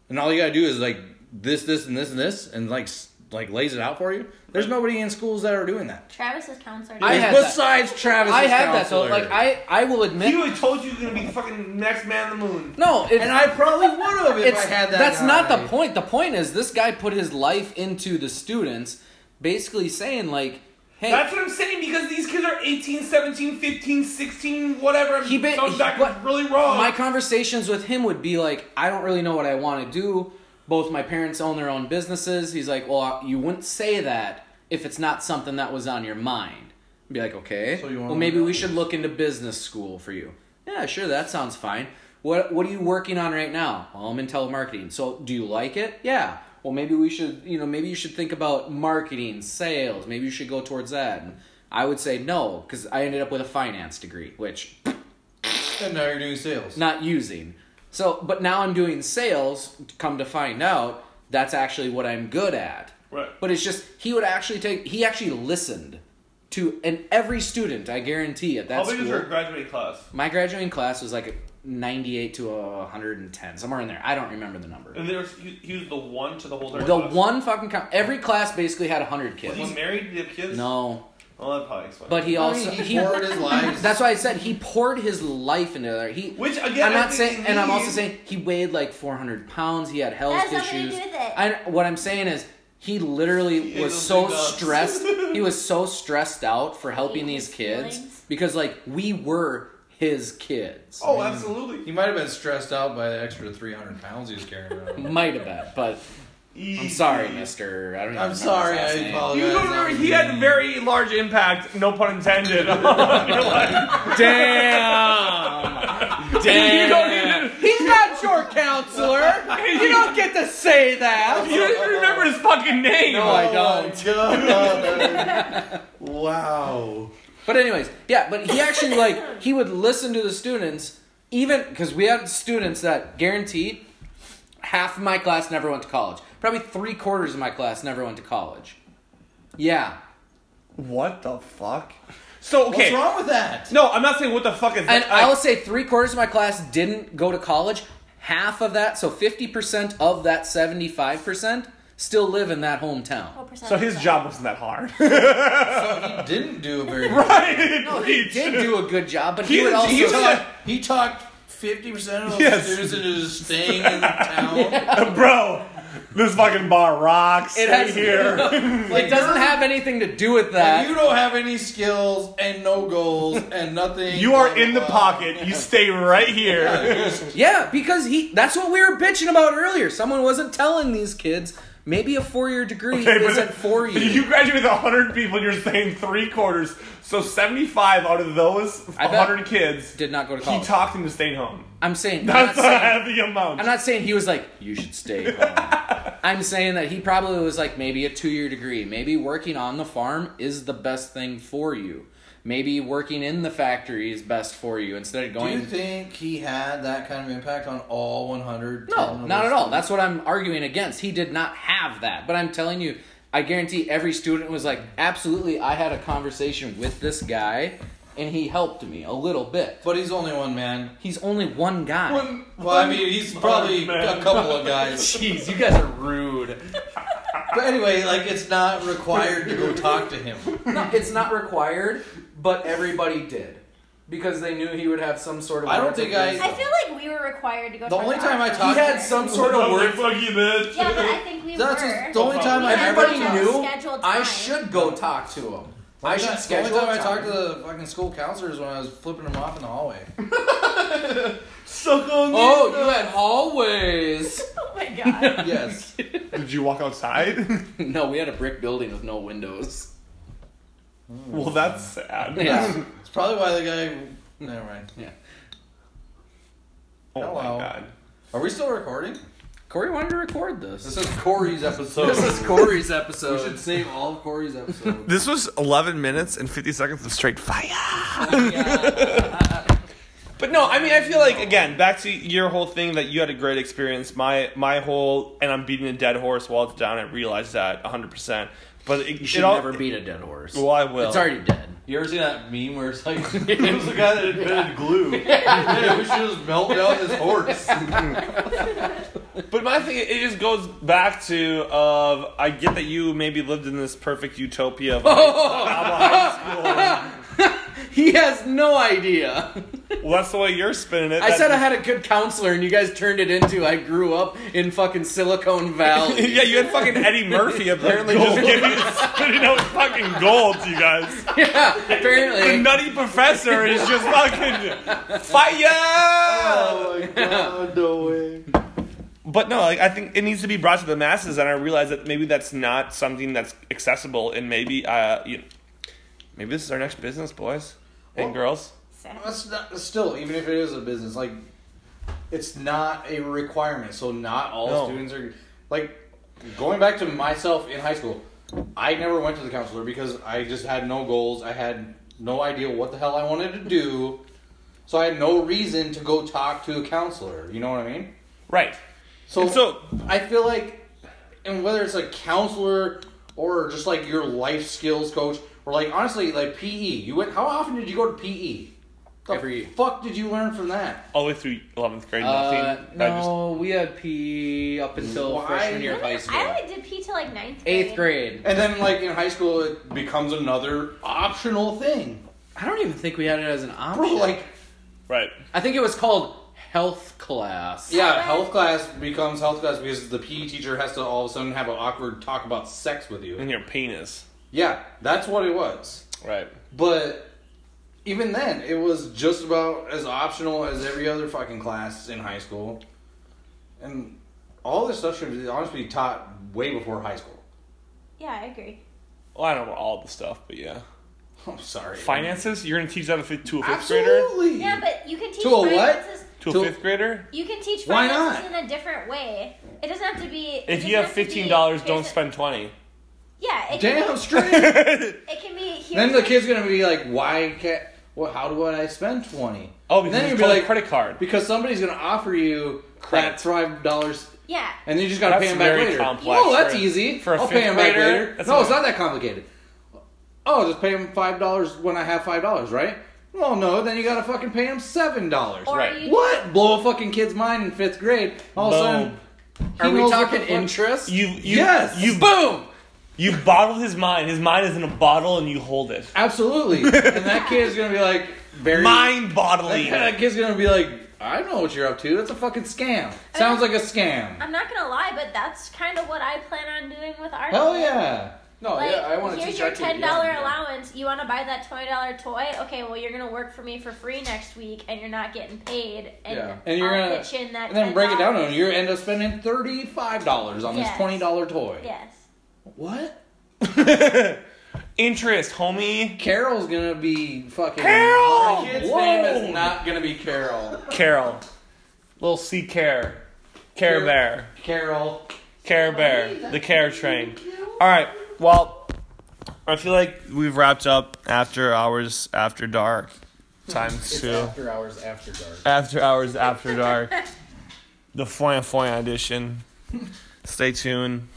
S5: and all you gotta do is like this, this, and this, and this, and like s- like lays it out for you. There's nobody in schools that are doing that.
S3: Travis is counselor.
S1: I had that.
S5: Besides Travis,
S1: I had that though. Like I, I will admit.
S7: He would have told you you're gonna be the fucking next man on the moon.
S1: no, it,
S12: And I probably would have if
S1: it's,
S12: I had that.
S1: that's not
S12: guy.
S1: the point. The point is this guy put his life into the students, basically saying like, "Hey,
S7: That's what I'm saying because these kids are 18, 17, 15, 16, whatever.
S1: He ba-
S7: so
S1: he-
S7: that was
S1: what-
S7: really wrong.
S1: my conversations with him would be like, I don't really know what I want to do. Both my parents own their own businesses. He's like, well, you wouldn't say that if it's not something that was on your mind. I'd be like, okay,
S12: you wanna
S1: well, maybe
S12: learn
S1: we should look into business school for you. Yeah, sure, that sounds fine. What What are you working on right now? Well, I'm in telemarketing. So, do you like it? Yeah. well, maybe we should, you know, maybe you should think about marketing, sales. Maybe you should go towards that. And I would say no because I ended up with a finance degree, which
S5: And now you're doing sales.
S1: not using. So, but now I'm doing sales. Come to find out, that's actually what I'm good at.
S13: Right.
S1: But it's just he would actually take. He actually listened to and every student. I guarantee at that
S2: How big
S1: school.
S2: is your graduating class?
S1: my graduating class was like 98 to 110, somewhere in there. I don't remember the number.
S2: And there's he, he was the one to the whole.
S1: The
S2: class.
S1: one fucking com- every class basically had 100
S2: He's
S1: kids.
S2: married. Did he have kids?
S1: No,
S2: Well, that probably explains. [LAUGHS]
S1: but he
S5: I
S1: also
S5: mean,
S1: he,
S5: he
S1: [LAUGHS]
S5: poured his life.
S1: That's why I said he poured his life into there. He,
S2: Which, again,
S1: I'm
S2: I
S1: not
S2: think
S1: saying,
S2: is
S1: and I'm also
S2: mean.
S1: saying he weighed like 400 pounds. He had health
S3: That has nothing to
S1: issues.
S3: do with it.
S1: I, what I'm saying is he literally
S2: He
S1: was
S2: is
S1: so
S2: a nuts.
S1: stressed. he was so stressed out for helping
S3: Hating
S1: these
S3: his
S1: kids
S3: feelings.
S1: because like we were his kids.
S2: oh, absolutely.
S5: He might have been stressed out by the extra 300 pounds he was carrying
S1: [LAUGHS]
S5: around.
S1: Might have been, but I'm sorry, Mister. I don't. Even remember
S5: I'm
S1: his
S5: sorry, I
S1: last name. [LAUGHS]
S5: apologize.
S2: You don't remember, he had a very large impact, no
S7: [LAUGHS]
S2: pun intended, on your life.
S1: Damn.
S2: You don't even,
S1: He's not your [LAUGHS] counselor. You don't get to say that.
S2: you don't even remember his fucking name.
S5: Oh
S1: No, I don't. [LAUGHS]
S5: wow.
S1: But anyways, yeah, but he actually like he would listen to the students even cuz we had students that guaranteed half of my class never went to college. Probably 3 quarters of my class never went to college. Yeah.
S2: What the fuck? So, okay.
S5: What's wrong with that?
S2: No, I'm not saying what the fuck is
S1: And
S2: that.
S1: I will say 3 quarters of my class didn't go to college. Half of that, so 50% of that 75% still live in that hometown.
S2: so his job wasn't
S7: [LAUGHS]
S2: that hard.
S5: He didn't do
S1: [LAUGHS]
S5: a
S2: [LAUGHS]
S5: very
S2: right?
S1: He
S2: Preach.
S1: did do a good job, but
S2: He
S1: he would
S2: was-
S1: also
S2: he was a-
S5: He talked 50% of the
S2: Yes.
S5: students into just staying
S2: [LAUGHS]
S5: in town.
S2: Bro, this fucking bar rocks.
S1: It has-
S2: Stay here.
S1: [LAUGHS] it doesn't have anything to do with that.
S5: You don't have any skills and no goals and nothing.
S2: you are
S5: blah,
S2: in the
S5: blah,
S2: pocket. You stay right here.
S1: Yeah, because he that's what we were bitching about earlier. Someone wasn't telling these kids maybe a four year degree
S2: Okay, but-
S1: isn't for you.
S2: [LAUGHS] You graduate with 100 people and you're saying three quarters. So 75 out of those
S1: I bet-
S2: 100 kids,
S1: Did not go to
S2: he
S1: college.
S2: talked him to staying home.
S1: I'm saying I'm not
S2: That's a
S1: saying,
S2: heavy amount.
S1: I'm not saying he was like, you should stay
S2: [LAUGHS]
S1: home. I'm saying that he probably was like maybe a two year degree. Maybe working on the farm is the best thing for you. Maybe working in the factory is best for you instead of
S5: blah. Do you
S1: going
S5: think he had that kind of impact on all 100?
S1: No, not at all. That's what I'm arguing against. He did not have that. But I'm telling you, I guarantee every student was like, absolutely, I had a conversation with this guy, and he helped me a little bit.
S5: But he's only one man.
S1: He's only one guy.
S5: Well, I mean, he's probably
S2: man.
S5: a couple
S2: [LAUGHS]
S5: of guys.
S1: Jeez, you guys are rude.
S5: But anyway, like, it's not required to go talk to him.
S1: no, it's not required, but everybody did. Because they knew he would have some sort of.
S5: I don't
S1: work
S5: think
S1: ethic.
S3: I feel like we were required to go.
S5: The
S3: towards
S5: only
S3: the
S5: time I
S3: office.
S5: talked-
S1: He had some sort of work.
S2: fuck you, bitch.
S3: Yeah, but I think we
S5: That's
S3: were.
S5: just the only time
S3: We
S5: I
S3: had
S5: ever
S1: Everybody
S3: scheduled
S1: knew
S3: time.
S1: I should go talk to him. I
S5: The
S1: should
S5: only
S1: schedule.
S5: time I
S1: time.
S5: talked to the fucking school counselors when I was flipping them off in the hallway.
S2: Suck on
S1: Oh, you had hallways.
S3: [LAUGHS]
S1: [LAUGHS]
S3: Oh my god.
S5: Yes.
S2: Did you walk outside? [LAUGHS]
S1: No, we had a brick building with no windows.
S2: well, that's sad.
S1: Yeah.
S5: It's probably why the guy. Never mind.
S2: Oh
S5: Hello.
S2: my god.
S5: Are we still recording?
S1: [LAUGHS] Corey wanted to record this.
S5: This is Corey's episode.
S1: This is Corey's
S5: we
S1: episode.
S5: should save all of Corey's episodes.
S2: This was 11 minutes and 50 seconds of straight fire.
S7: [LAUGHS]
S2: But no, I mean, I feel like again, back to your whole thing that you had a great experience. My my whole, and I'm beating a dead horse while it's down. I realize that 100. percent But it,
S1: you
S2: it
S1: should
S2: all,
S1: never beat a dead horse.
S2: Well, I will.
S1: It's already dead.
S5: you ever seen that meme where it's [LAUGHS] like,
S1: It was
S5: the guy that invented [LAUGHS] glue? we should just melt down this horse.
S2: But my thing, it just goes back to of I get that you maybe lived in this perfect
S1: [LAUGHS]
S2: utopia of
S1: He has no idea.
S2: well, that's the way you're spinning it.
S1: I
S2: That-
S1: said I had a good counselor, and you guys turned it into I grew up in fucking Silicon Valley.
S2: yeah, you had fucking [LAUGHS] Eddie Murphy apparently just giving [LAUGHS] spitting out fucking gold to you guys.
S1: yeah, [LAUGHS]
S2: The
S1: apparently.
S2: nutty professor is just fucking fire.
S5: my god, no way.
S2: But no, like I think it needs to be brought to the masses, and I realize that maybe that's not something that's accessible, and maybe uh, you maybe this is our next business, boys and girls.
S5: That's not, still, even if it is a business, like, it's not a requirement, so not all
S2: No.
S5: students are. Like, Going back to myself in high school, I never went to the counselor because I just had no goals. I had no idea what the hell I wanted to do. So I had no reason to go talk to a counselor. You know what I mean?
S7: Right.
S5: So,
S7: And so-
S5: I feel like, and whether it's a counselor or just like your life skills coach, or like honestly, like PE. You went. How often did you go to PE? The
S1: Every-
S5: fuck did you learn from that?
S7: All the way through 11th grade, nothing.
S1: Uh,
S7: I just-
S1: no, we had PE up until
S5: Why?
S1: freshman year of high school.
S3: I only did P till like ninth grade.
S1: Eighth grade.
S5: And then like in high school, it becomes another optional thing,
S1: I don't even think we had it as an option.
S5: bro. Like
S7: right.
S1: I think it was called health class.
S5: yeah, health class becomes health class because the PE teacher has to all of a sudden have an awkward talk about sex with you.
S7: And your penis.
S5: Yeah, that's what it was.
S7: Right.
S5: But even then, it was just about as optional as every other fucking class in high school. And all this stuff should be honestly be taught way before high school. [LAUGHS]
S3: Yeah, I agree.
S7: Well, I don't know all the stuff, but yeah.
S5: I'm sorry.
S7: Finances? You're going to teach that to a fifth to a fifth grader?
S5: Absolutely.
S3: Yeah, but you can teach
S5: To a what?
S3: finances.
S7: To a
S5: To-
S7: fifth grader?
S3: You can teach
S5: Why
S3: finances in a different way. It doesn't have to be. it
S7: If
S3: doesn't
S7: you have
S3: to be-
S7: fifteen dollars, don't
S3: here's a-
S7: spend twenty. [LAUGHS]
S3: Yeah, it can, [LAUGHS]
S5: Damn straight. [LAUGHS]
S3: be, it can be. Here's
S5: then the
S3: a-
S5: kid's gonna be like, "Why can't? Well, how do I spend 20?
S7: Oh, because
S5: then
S7: it's
S5: you'd
S7: called a credit card.
S5: because somebody's gonna offer you that
S7: Credits.
S5: five dollars,
S3: Yeah,
S5: and you just gotta
S7: That's
S5: pay them back
S7: very
S5: later.
S7: complex
S5: oh, that's
S7: for a-
S5: easy.
S7: for a
S5: I'll pay
S7: fifth
S5: them back
S7: grader,
S5: later.
S7: that's
S5: No, it's
S7: not-
S5: not that complicated. Oh, just pay them five dollars when I have five dollars, right? Well, no, then you gotta fucking pay them seven dollars.
S3: or
S7: right.
S3: you
S5: What? Blow a fucking kid's mind in fifth grade. All of a sudden, he
S1: Are we
S5: knows what
S1: talking
S5: the fuck-
S1: interest?
S7: You, you
S5: Yes.
S7: You boom. You bottled his mind. His mind is in a bottle, and you hold it. [LAUGHS]
S5: Absolutely. and that kid's gonna be like very
S7: Mind bottling.
S5: [LAUGHS] That kid's gonna be like, I know what you're up to. That's a fucking scam.
S3: Uh,
S5: Sounds like a scam.
S3: I'm not gonna lie, but that's kind of what I plan on doing with our.
S5: Hell yeah.
S12: No,
S3: Like,
S12: Oh, yeah, I want to
S3: here's
S12: teach
S3: your
S12: our kid, yeah.
S3: ten dollar allowance. You want to buy that twenty dollar toy? Okay, well you're gonna work for me for free next week, and you're not getting paid. And,
S12: Yeah.
S5: And you're
S3: I'll
S5: gonna-
S3: pitch in that.
S5: And then break it down
S3: $10.
S5: and you end up spending thirty five dollars on this
S3: Yes.
S5: twenty dollar toy.
S3: Yes.
S5: What?
S7: Interest, homie.
S5: Carol's gonna be fucking
S7: Carol!
S5: Her kid's
S7: Whoa!
S5: name is not gonna be Carol.
S7: Carol. Little C care. Care Bear.
S5: Carol.
S7: Care Bear, the Care Train. All right. Well, I feel like we've wrapped up after hours after dark. Times two.
S11: After hours, after dark.
S7: After hours after dark. The Foya Foya edition. Stay tuned.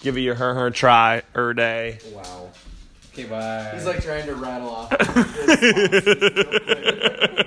S7: Give it your her her try er day.
S11: Wow.
S5: Okay, bye.
S11: He's like trying to rattle off